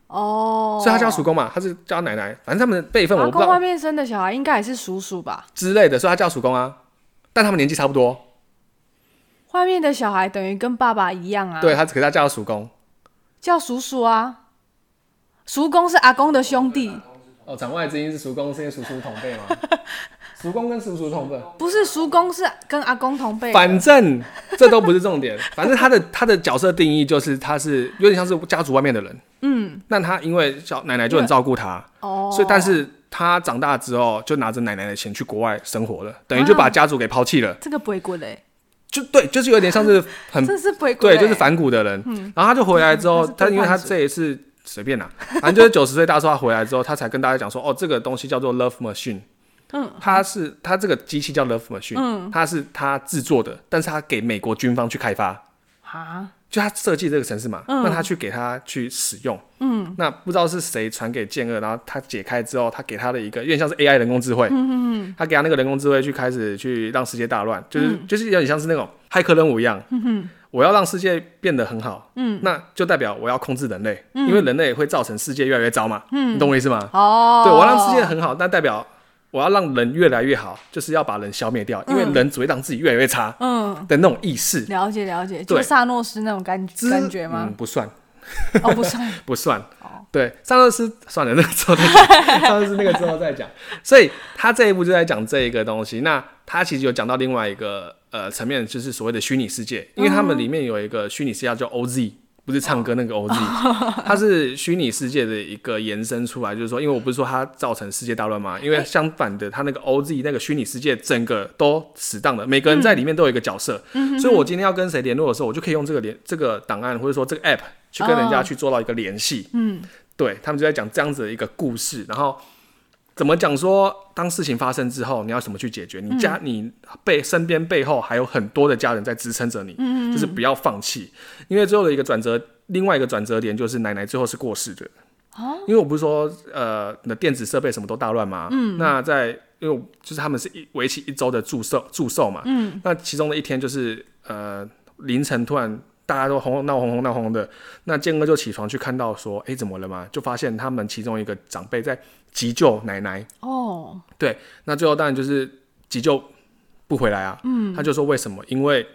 [SPEAKER 1] 哦，
[SPEAKER 2] 所以他叫叔公嘛，他是叫奶奶，反正他们的辈分我
[SPEAKER 1] 阿
[SPEAKER 2] 不
[SPEAKER 1] 公
[SPEAKER 2] 知
[SPEAKER 1] 外
[SPEAKER 2] 道
[SPEAKER 1] 面生的小孩应该也是叔叔吧？
[SPEAKER 2] 之类的，所以他叫叔公啊，但他们年纪差不多。
[SPEAKER 1] 外面的小孩等于跟爸爸一样啊，
[SPEAKER 2] 对，他，可是他叫他叔公。
[SPEAKER 1] 叫叔叔啊，叔公是阿公的兄弟，
[SPEAKER 2] 哦，长外之音是叔公，是因为叔叔同辈 吗？叔公跟叔叔同辈，
[SPEAKER 1] 不是叔公是跟阿公同辈的，
[SPEAKER 2] 反正这都不是重点。反正他的他的角色定义就是他是有点像是家族外面的人。嗯，那他因为小奶奶就很照顾他，
[SPEAKER 1] 哦，
[SPEAKER 2] 所以但是他长大之后就拿着奶奶的钱去国外生活了，等于就把家族给抛弃了。
[SPEAKER 1] 这个不会过嘞，
[SPEAKER 2] 就对，就是有点像是很
[SPEAKER 1] 这是不会过嘞，
[SPEAKER 2] 对，就是反骨的人。然后他就回来之后，
[SPEAKER 1] 嗯
[SPEAKER 2] 他
[SPEAKER 1] 他是
[SPEAKER 2] 因为他
[SPEAKER 1] 反骨
[SPEAKER 2] 这一次随便啦，反正就是九十岁大寿，他回来之后，他才跟大家讲说，哦，这个东西叫做 Love Machine。
[SPEAKER 1] 嗯，
[SPEAKER 2] 它是它这个机器叫 Love Machine，、它是他制作的，但是他给美国军方去开发，
[SPEAKER 1] 啊，
[SPEAKER 2] 就他设计这个城市嘛，让他去给他去使用。嗯，那不知道是谁传给剑二，然后他解开之后，他给他的一个有点像是 AI 人工智慧，嗯嗯他给他那个人工智慧去开始去让世界大乱，就是、就是有点像是那种骇客任务一样。嗯我要让世界变得很好，嗯，那就代表我要控制人类，
[SPEAKER 1] 嗯
[SPEAKER 2] 因为人类会造成世界越来越糟嘛，嗯，你懂我意思吗？
[SPEAKER 1] 哦，
[SPEAKER 2] 对我要让世界很好，那代表我要让人越来越好，就是要把人消灭掉，因为人只会让自己越来越差
[SPEAKER 1] 嗯，
[SPEAKER 2] 的那种意识。
[SPEAKER 1] 了解了解，
[SPEAKER 2] 对
[SPEAKER 1] 就萨诺斯那种感
[SPEAKER 2] 之
[SPEAKER 1] 感觉吗
[SPEAKER 2] 嗯，？不算，嗯
[SPEAKER 1] 哦，不是，
[SPEAKER 2] 不算。对，上乐师算了，那个之后再 讲，上乐师那个之后再讲。所以他这一部就在讲这一个东西。那他其实有讲到另外一个呃层面，就是所谓的虚拟世界，因为他们里面有一个虚拟世界叫 OZ。不是唱歌那个 OZ，它是虚拟世界的一个延伸出来，就是说，因为我不是说它造成世界大乱嘛，因为相反的，它那个 OZ 那个虚拟世界整个都死当的，每个人在里面都有一个角色，所以我今天要跟谁联络的时候，我就可以用这个联这个档案或者说这个 app 去跟人家去做到一个联系，
[SPEAKER 1] 嗯，
[SPEAKER 2] 对他们就在讲这样子的一个故事，然后怎么讲说，当事情发生之后，你要怎么去解决？你家、你背身边背后还有很多的家人在支撑着你，就是不要放弃，因为最后的一个转折，另外一个转折点就是奶奶最后是过世的。因为我不是说呃，你的电子设备什么都大乱嘛，嗯，那在因为我就是他们是一为期一周的祝寿祝寿嘛，嗯，那其中的一天就是呃凌晨突然大家都哄哄闹哄哄闹哄的。那健哥就起床去看到说，哎、怎么了嘛？就发现他们其中一个长辈在急救奶奶。
[SPEAKER 1] 哦，
[SPEAKER 2] 那最后当然就是急救不回来啊。嗯，他就说为什么？因为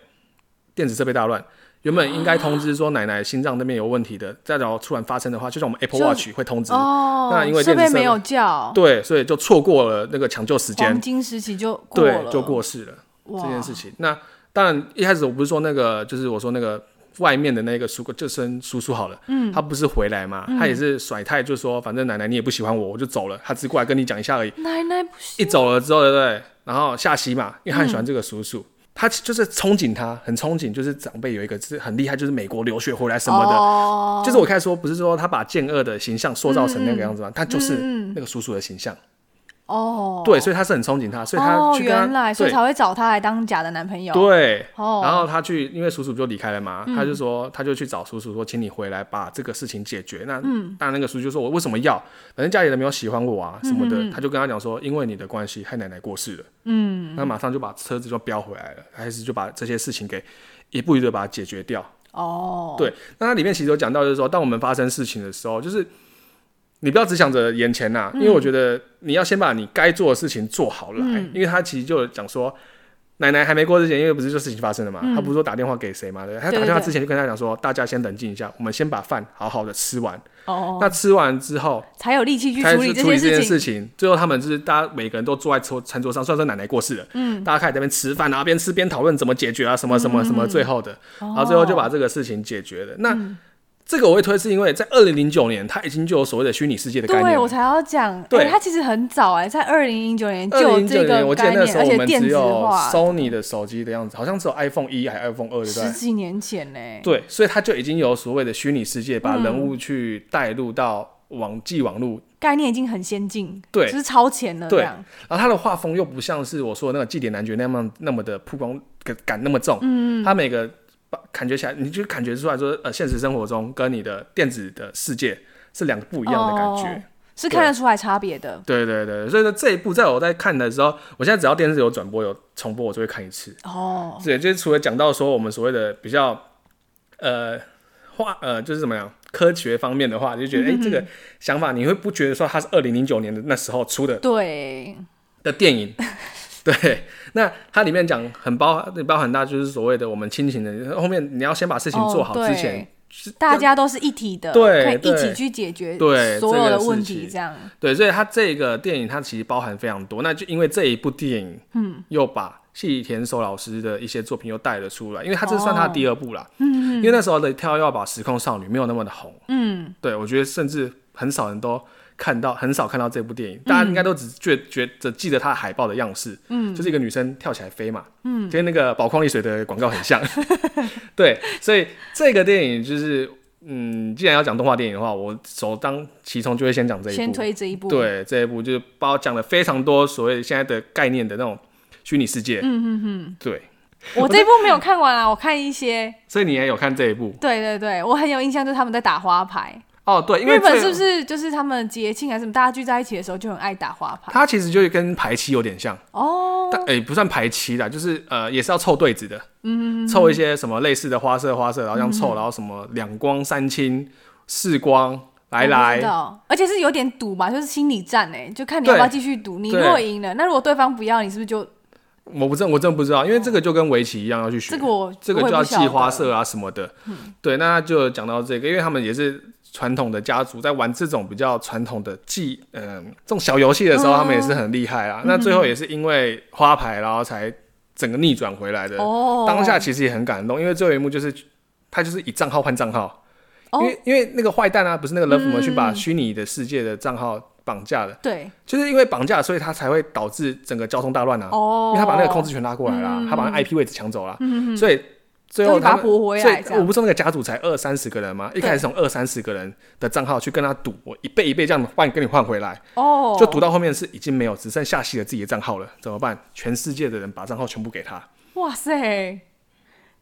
[SPEAKER 2] 电子设备大乱。原本应该通知说奶奶心脏那边有问题的，再然后突然发生的话，就像我们 Apple
[SPEAKER 1] 就
[SPEAKER 2] Watch 会通知，
[SPEAKER 1] 哦，
[SPEAKER 2] 嗯那因为电
[SPEAKER 1] 设
[SPEAKER 2] 子
[SPEAKER 1] 备
[SPEAKER 2] 设备
[SPEAKER 1] 没有叫，
[SPEAKER 2] 对，所以就错过了那个抢救时间
[SPEAKER 1] 黄，金时期就过
[SPEAKER 2] 对
[SPEAKER 1] 了，，
[SPEAKER 2] 就过世了这
[SPEAKER 1] 哇
[SPEAKER 2] 件事情。那当然一开始我不是说那个，就是我说那个外面的那个叔公，就生叔叔好了，嗯，他不是回来嘛，
[SPEAKER 1] 嗯
[SPEAKER 2] 他也是甩态，就说反正奶奶你也不喜欢我，我就走了，他只过来跟你讲一下而已。
[SPEAKER 1] 奶奶不行，
[SPEAKER 2] 一走了之后，对不对？然后下棋嘛，因为他很喜欢这个叔叔，他就是憧憬他，很憧憬，就是长辈有一个是很厉害，就是美国留学回来什么的。
[SPEAKER 1] 哦、
[SPEAKER 2] 就是我开始说，不是说他把剑二的形象塑造成那个样子嘛，他就是
[SPEAKER 1] 嗯嗯
[SPEAKER 2] 那个叔叔的形象。
[SPEAKER 1] 哦，
[SPEAKER 2] 对，所以他是很憧憬他，所以他
[SPEAKER 1] 哦，
[SPEAKER 2] 去跟他、
[SPEAKER 1] 原来所以
[SPEAKER 2] 对
[SPEAKER 1] 才会找他来当假的男朋友，，
[SPEAKER 2] 对。
[SPEAKER 1] 哦，
[SPEAKER 2] 然后他去，因为叔叔就离开了嘛，他就说，他就去找叔叔说，请你回来把这个事情解决。那，当然那个叔叔就说，我为什么要？反正家里人没有喜欢我啊什么的，他就跟他讲说，因为你的关系，害奶奶过世了。嗯，那马上就把车子就飙回来了，开始就把这些事情给一步一步地把它解决掉。
[SPEAKER 1] 哦，
[SPEAKER 2] 对，那它里面其实有讲到，就是说，当我们发生事情的时候，就是你不要只想着眼前呐、因为
[SPEAKER 1] 嗯
[SPEAKER 2] 我觉得你要先把你该做的事情做好来，因为他其实就有讲说。奶奶还没过之前，因为不是就事情发生了嘛，他不是说打电话给谁嘛，对不对？他
[SPEAKER 1] 嗯对
[SPEAKER 2] 打
[SPEAKER 1] 对
[SPEAKER 2] 电话
[SPEAKER 1] 对
[SPEAKER 2] 之前就跟他讲说，大家先冷静一下，我们先把饭好好的吃完。
[SPEAKER 1] 哦，
[SPEAKER 2] 那吃完之后，
[SPEAKER 1] 才有力气去
[SPEAKER 2] 开
[SPEAKER 1] 处
[SPEAKER 2] 始
[SPEAKER 1] 理
[SPEAKER 2] 处理这件
[SPEAKER 1] 事情，
[SPEAKER 2] 事情。最后他们就是大家每个人都坐在桌餐桌上，虽然说奶奶过世了，嗯，大家开始在那边吃饭啊，边吃边讨论怎么解决啊，什么什么什么，最后的，
[SPEAKER 1] 嗯哦
[SPEAKER 2] 然后最后就把这个事情解决了。那、这个我会推，是因为在二零零九年，它已经就有所谓的虚拟世界的概念
[SPEAKER 1] 对我
[SPEAKER 2] 了。
[SPEAKER 1] 才要讲，
[SPEAKER 2] 对
[SPEAKER 1] 哎他其实很早哎、在二零零九年就
[SPEAKER 2] 二零
[SPEAKER 1] 有
[SPEAKER 2] 零九
[SPEAKER 1] 这
[SPEAKER 2] 年，
[SPEAKER 1] 个
[SPEAKER 2] 我记得
[SPEAKER 1] 概
[SPEAKER 2] 那时
[SPEAKER 1] 念，
[SPEAKER 2] 候
[SPEAKER 1] 而
[SPEAKER 2] 我
[SPEAKER 1] 且
[SPEAKER 2] 们
[SPEAKER 1] 电
[SPEAKER 2] 只
[SPEAKER 1] 子
[SPEAKER 2] 有
[SPEAKER 1] 化，
[SPEAKER 2] Sony 的手机的样子，好像只有 iPhone 一还 iPhone 二，对不对
[SPEAKER 1] 十？几年前呢、哎
[SPEAKER 2] 对，所以它就已经有所谓的虚拟世
[SPEAKER 1] 嗯
[SPEAKER 2] 界，把人物去带入到网际网络
[SPEAKER 1] 概念已经很先进，
[SPEAKER 2] 对
[SPEAKER 1] 就是超前了这
[SPEAKER 2] 对
[SPEAKER 1] 样，
[SPEAKER 2] 然后啊他的画风又不像是我说的那个祭典男爵那样那么的曝光感感那么重，嗯，他每个把感觉起来，你就感觉出来说，呃，现实生活中跟你的电子的世界是两个不一样的感觉。
[SPEAKER 1] 哦是看得出来差别的
[SPEAKER 2] 对对对，所以说这一部在我在看的时候，我现在只要电视有转播有重播，我就会看一次。
[SPEAKER 1] 哦。
[SPEAKER 2] 对，就是除了讲到说我们所谓的比较呃化呃就是怎么样科学方面的话，就觉得哎、诶这个想法你会不觉得说它是二零零九年的那时候出的
[SPEAKER 1] 对，
[SPEAKER 2] 的电影。对，那它里面讲很包包含大，就是所谓的我们亲情的后面，你要先把事情做好之前，
[SPEAKER 1] 哦对大家都是一体的，
[SPEAKER 2] 对
[SPEAKER 1] 可以一起
[SPEAKER 2] 对
[SPEAKER 1] 去解决
[SPEAKER 2] 对
[SPEAKER 1] 所有
[SPEAKER 2] 这个
[SPEAKER 1] 的
[SPEAKER 2] 事
[SPEAKER 1] 问
[SPEAKER 2] 情
[SPEAKER 1] 题，这样
[SPEAKER 2] 对，所以它这个电影它其实包含非常多。那就因为这一部电影，嗯，又把细田守老师的一些作品又带了出来，因为它这算他第二部啦，嗯、因为那时候的《跳跃吧时空少女》没有那么的红，嗯，对我觉得甚至很少人都。看到很少看到这部电影，大家应该都只觉觉只记得它海报的样式，嗯，就是一个女生跳起来飞嘛，嗯，跟那个宝矿力水的广告很像， 对，所以这个电影就是，嗯，既然要讲动画电影的话，我首当其冲就会先讲这一部，
[SPEAKER 1] 先推这一步。，
[SPEAKER 2] 对这一部就是包讲了非常多所谓现在的概念的那种虚拟世界。嗯嗯嗯，对，
[SPEAKER 1] 我这一部没有看完啊，我看一些。
[SPEAKER 2] 所以你也有看这一部
[SPEAKER 1] 对对对，我很有印象，就是他们在打花牌。
[SPEAKER 2] 哦？对，因为
[SPEAKER 1] 日本
[SPEAKER 2] 这
[SPEAKER 1] 是不是就是他们节庆还是什么，大家聚在一起的时候就很爱打花牌？
[SPEAKER 2] 它其实就跟排期有点像，
[SPEAKER 1] 哦，
[SPEAKER 2] 但诶、不算排期啦，就是呃也是要凑对子的，嗯，凑一些什么类似的花色花色，然后这样
[SPEAKER 1] 嗯
[SPEAKER 2] 凑，然后什么两光三清四光来
[SPEAKER 1] 我不
[SPEAKER 2] 来
[SPEAKER 1] 知，道，而且是有点赌吧，就是心理战哎、就看你要不要继续赌。你如
[SPEAKER 2] 对
[SPEAKER 1] 果赢了，那如果对方不要，你是不是就
[SPEAKER 2] 我不真我真不知道，因为这个就跟围棋一样要去学，
[SPEAKER 1] 这个我
[SPEAKER 2] 这个
[SPEAKER 1] 我
[SPEAKER 2] 就
[SPEAKER 1] 也
[SPEAKER 2] 要
[SPEAKER 1] 不
[SPEAKER 2] 记
[SPEAKER 1] 晓得嗯
[SPEAKER 2] 花色啊什么的。对，那就讲到这个，因为他们也是传统的家族，在玩这种比较传统的记，嗯、这种小游戏的时候，他们也是很厉害
[SPEAKER 1] 嗯
[SPEAKER 2] 啊。那最后也是因为花牌，然后才整个逆转回来的。
[SPEAKER 1] 哦？
[SPEAKER 2] 当下其实也很感动，因为最后一幕就是他就是以账号换账号，
[SPEAKER 1] 哦嗯
[SPEAKER 2] 因为因为那个坏蛋啊，不是那个 Love 们、去把虚拟的世界的账号绑架了，
[SPEAKER 1] 对
[SPEAKER 2] 就是因为绑架，所以他才会导致整个交通大乱啊。
[SPEAKER 1] 哦，嗯
[SPEAKER 2] 因为他把那个控制权拉过来啦，他把那 IP 位置抢走了，所以最
[SPEAKER 1] 要
[SPEAKER 2] 后
[SPEAKER 1] 嗯去把
[SPEAKER 2] 他
[SPEAKER 1] 它
[SPEAKER 2] 们，
[SPEAKER 1] 驳回
[SPEAKER 2] 所
[SPEAKER 1] 来，这
[SPEAKER 2] 以我
[SPEAKER 1] 样
[SPEAKER 2] 不是那个家族才二三十个人吗？一开始从二三十个人的账号去跟他赌，我一倍一倍这样换跟你换回来，
[SPEAKER 1] 哦，
[SPEAKER 2] 就赌到后面是已经没有只剩下西的自己的账号了，怎么办？全世界的人把账号全部给他，
[SPEAKER 1] 哇塞，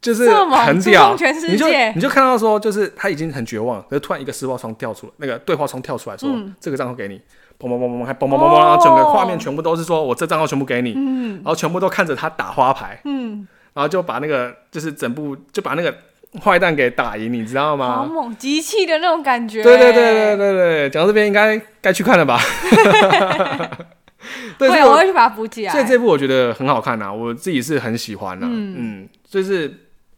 [SPEAKER 2] 就是
[SPEAKER 1] 这么
[SPEAKER 2] 很
[SPEAKER 1] 注
[SPEAKER 2] 屌
[SPEAKER 1] 重全，世
[SPEAKER 2] 你就
[SPEAKER 1] 界
[SPEAKER 2] 你就看到说，就是他已经很绝望，可是突然一个丝袜窗跳出来，那个对话窗跳出来说，这个账号给你，砰砰砰砰砰，还砰砰砰
[SPEAKER 1] 嗯
[SPEAKER 2] 砰，
[SPEAKER 1] 哦嗯
[SPEAKER 2] 然后整个画面全部都是说我这账号全部给你，然后全部都看着他打花牌，然后就把那个就是整部就把那个坏蛋给打赢，你知道
[SPEAKER 1] 好
[SPEAKER 2] 吗？
[SPEAKER 1] 猛，欸集气的那种感觉。
[SPEAKER 2] 啊对对对对对对，讲到这边应该该去看 了吧？
[SPEAKER 1] 会
[SPEAKER 2] 对，所以
[SPEAKER 1] 啊，我
[SPEAKER 2] 我
[SPEAKER 1] 会去把它补起来。
[SPEAKER 2] 所以这部我觉得很好看呐、啊我自己是很喜欢呐、
[SPEAKER 1] 嗯
[SPEAKER 2] 嗯，就是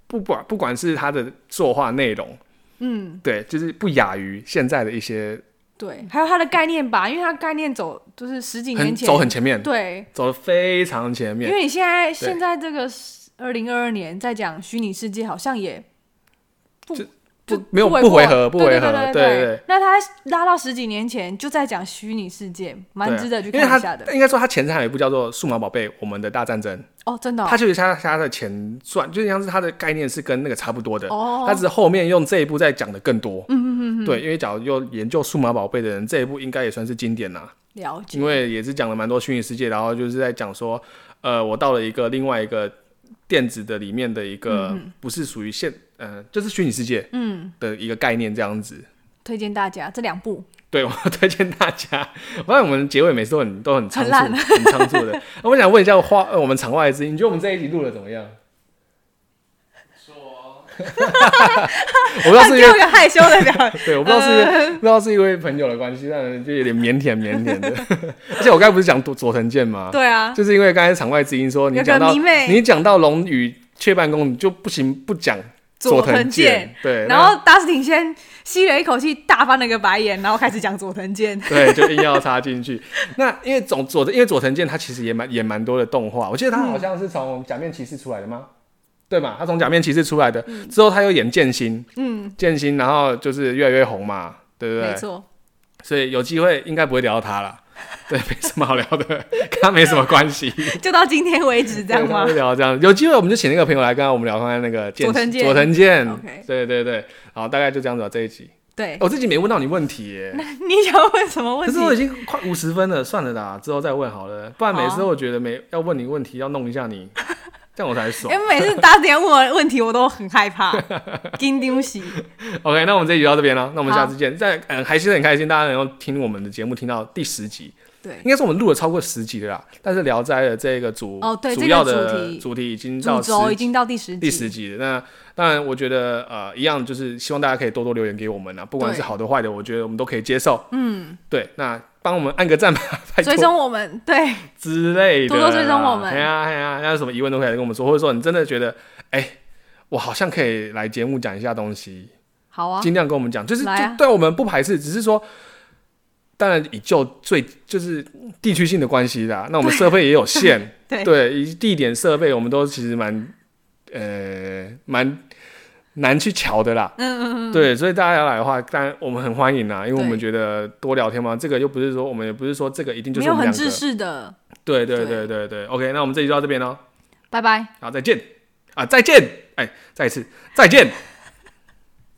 [SPEAKER 2] 不管不管是它的作画内容，
[SPEAKER 1] 嗯，
[SPEAKER 2] 对，就是不亚于现在的一些
[SPEAKER 1] 对，还有它的概念吧，因为它概念走就是十几
[SPEAKER 2] 很
[SPEAKER 1] 年前
[SPEAKER 2] 走很前面，
[SPEAKER 1] 对，
[SPEAKER 2] 走的非常前
[SPEAKER 1] 因
[SPEAKER 2] 面。啊
[SPEAKER 1] 为你现在现在这个二零二二年在讲虚拟世界，好像也不
[SPEAKER 2] 就
[SPEAKER 1] 就
[SPEAKER 2] 不没有
[SPEAKER 1] 为
[SPEAKER 2] 不
[SPEAKER 1] 过
[SPEAKER 2] 违和不
[SPEAKER 1] 对对
[SPEAKER 2] 违和
[SPEAKER 1] 对
[SPEAKER 2] 对对对
[SPEAKER 1] 那他拉到十几年前就在讲虚拟世界，蛮
[SPEAKER 2] 对啊
[SPEAKER 1] 值得去
[SPEAKER 2] 因为
[SPEAKER 1] 看
[SPEAKER 2] 它
[SPEAKER 1] 一下的。
[SPEAKER 2] 应该说它前身还有一部叫做《数码宝贝：我们的大战争》，
[SPEAKER 1] 哦，真的哦
[SPEAKER 2] 它就是它它的前传，就像是它的概念是跟那个差不多的，
[SPEAKER 1] 哦
[SPEAKER 2] 它只是后面用这一部在讲的更多。嗯嗯嗯对，因为假如有研究数码宝贝的人，这一部应该也算是经典啦，
[SPEAKER 1] 了解
[SPEAKER 2] 因为也是讲了蛮多虚拟世界，然后就是在讲说，呃，我到了一个另外一个电子的里面的一个不是属于现，呃，就是虚拟世界，嗯，的一个概念这样子。
[SPEAKER 1] 推荐大家这两部，
[SPEAKER 2] 对，我推荐大家。我发现我们结尾每次都很都很仓
[SPEAKER 1] 很
[SPEAKER 2] 促，
[SPEAKER 1] 烂
[SPEAKER 2] 很仓促的。那我想问一下花，呃我们场外之音，你觉得我们这一集录的怎么样？说，我不知道
[SPEAKER 1] 他
[SPEAKER 2] 是因
[SPEAKER 1] 给我
[SPEAKER 2] 为
[SPEAKER 1] 个害羞的表情。
[SPEAKER 2] 对，我不知道是因为、不知道是因为朋友的关系，让人就有点腼腆腼腆的。 而且我刚才不是讲佐佐藤健吗？
[SPEAKER 1] 对啊，
[SPEAKER 2] 就是因为刚才场外之音说你
[SPEAKER 1] 有个
[SPEAKER 2] 讲到
[SPEAKER 1] 迷妹
[SPEAKER 2] 你讲到龙与雀斑公你就不行不讲
[SPEAKER 1] 佐藤
[SPEAKER 2] 藤
[SPEAKER 1] 健，
[SPEAKER 2] 对，
[SPEAKER 1] 然
[SPEAKER 2] 那
[SPEAKER 1] 后达斯汀先吸了一口气，大翻了个白眼，然后开始讲佐藤健。
[SPEAKER 2] 对，就硬要插进去。那因为总佐因为佐藤健他其实也蛮也蛮多的动画，我记得他好像是从假面骑士出来的
[SPEAKER 1] 嗯
[SPEAKER 2] 吗？对嘛，他从假面骑士出来的之后，他又演剑心，
[SPEAKER 1] 嗯，
[SPEAKER 2] 剑心，然后就是越来越红嘛，对不
[SPEAKER 1] 没
[SPEAKER 2] 对？
[SPEAKER 1] 错，
[SPEAKER 2] 所以有机会应该不会聊到他了，对，没什么好聊的，跟他没什么关系，
[SPEAKER 1] 就到今天为止，这样
[SPEAKER 2] 对他
[SPEAKER 1] 吗
[SPEAKER 2] 会？聊这样，有机会我们就请那个朋友来跟我们聊看看那个剑
[SPEAKER 1] 佐藤健
[SPEAKER 2] 佐藤健
[SPEAKER 1] OK
[SPEAKER 2] 对对对，好，大概就这样子吧，啊这一集。
[SPEAKER 1] 对，
[SPEAKER 2] 我、自己没问到你问题 耶，
[SPEAKER 1] 你想问什么问
[SPEAKER 2] 可
[SPEAKER 1] 题
[SPEAKER 2] 是？我已经快五十分了，算了啦，之后再问好了，不然
[SPEAKER 1] 好啊
[SPEAKER 2] 每次我觉得没要问你问题，要弄一下 你，这样我才爽
[SPEAKER 1] 因。为每次达斯汀问我问题，我都很害 怕，惊丢喜。
[SPEAKER 2] OK，那我们这一集就到这边了，那我们
[SPEAKER 1] 好
[SPEAKER 2] 下次见。再嗯，还是很开心，大家能够听我们的节目，听到第十集，
[SPEAKER 1] 对，
[SPEAKER 2] 应该是我们录了超过十集的啦。但是《聊斋》的这个主
[SPEAKER 1] 哦对
[SPEAKER 2] 主要
[SPEAKER 1] 这个
[SPEAKER 2] 的
[SPEAKER 1] 主
[SPEAKER 2] 主
[SPEAKER 1] 题
[SPEAKER 2] 题已经到
[SPEAKER 1] 主轴
[SPEAKER 2] 十
[SPEAKER 1] 已经到第十集，
[SPEAKER 2] 第十集了。那当然，我觉得呃，一样就是希望大家可以多多留言给我们啊，不管
[SPEAKER 1] 对
[SPEAKER 2] 是好的坏的，我觉得我们都可以接受。嗯，对，那帮我们按个赞吧，拜托
[SPEAKER 1] 追踪我们，对，
[SPEAKER 2] 之类的啦，
[SPEAKER 1] 多多追踪我们
[SPEAKER 2] 哎呀哎呀，要有什么疑问都可以来跟我们说，或者说你真的觉得，哎、我好像可以来节目讲一下东西，
[SPEAKER 1] 好啊，
[SPEAKER 2] 尽量跟我们讲，就是、
[SPEAKER 1] 来啊
[SPEAKER 2] 就对我们不排斥，只是说。当然，以就最就是地区性的关系啦。那我们设备也有 限，
[SPEAKER 1] 对
[SPEAKER 2] 对，以地点设备，我们都其实蛮呃蛮难去瞧的啦。嗯嗯嗯。对，所以大家要来的话，当然我们很欢迎啊啦，因为我们
[SPEAKER 1] 对
[SPEAKER 2] 觉得多聊天嘛，这个又不是说我们也不是说这个一定就
[SPEAKER 1] 没
[SPEAKER 2] 是我
[SPEAKER 1] 有
[SPEAKER 2] 们
[SPEAKER 1] 很
[SPEAKER 2] 两个。
[SPEAKER 1] 自私的，
[SPEAKER 2] 对对
[SPEAKER 1] 对
[SPEAKER 2] 对对对，OK，那我们这集就到这边喽，
[SPEAKER 1] 拜拜。
[SPEAKER 2] 好，再见啊，再见，哎，再一次再见，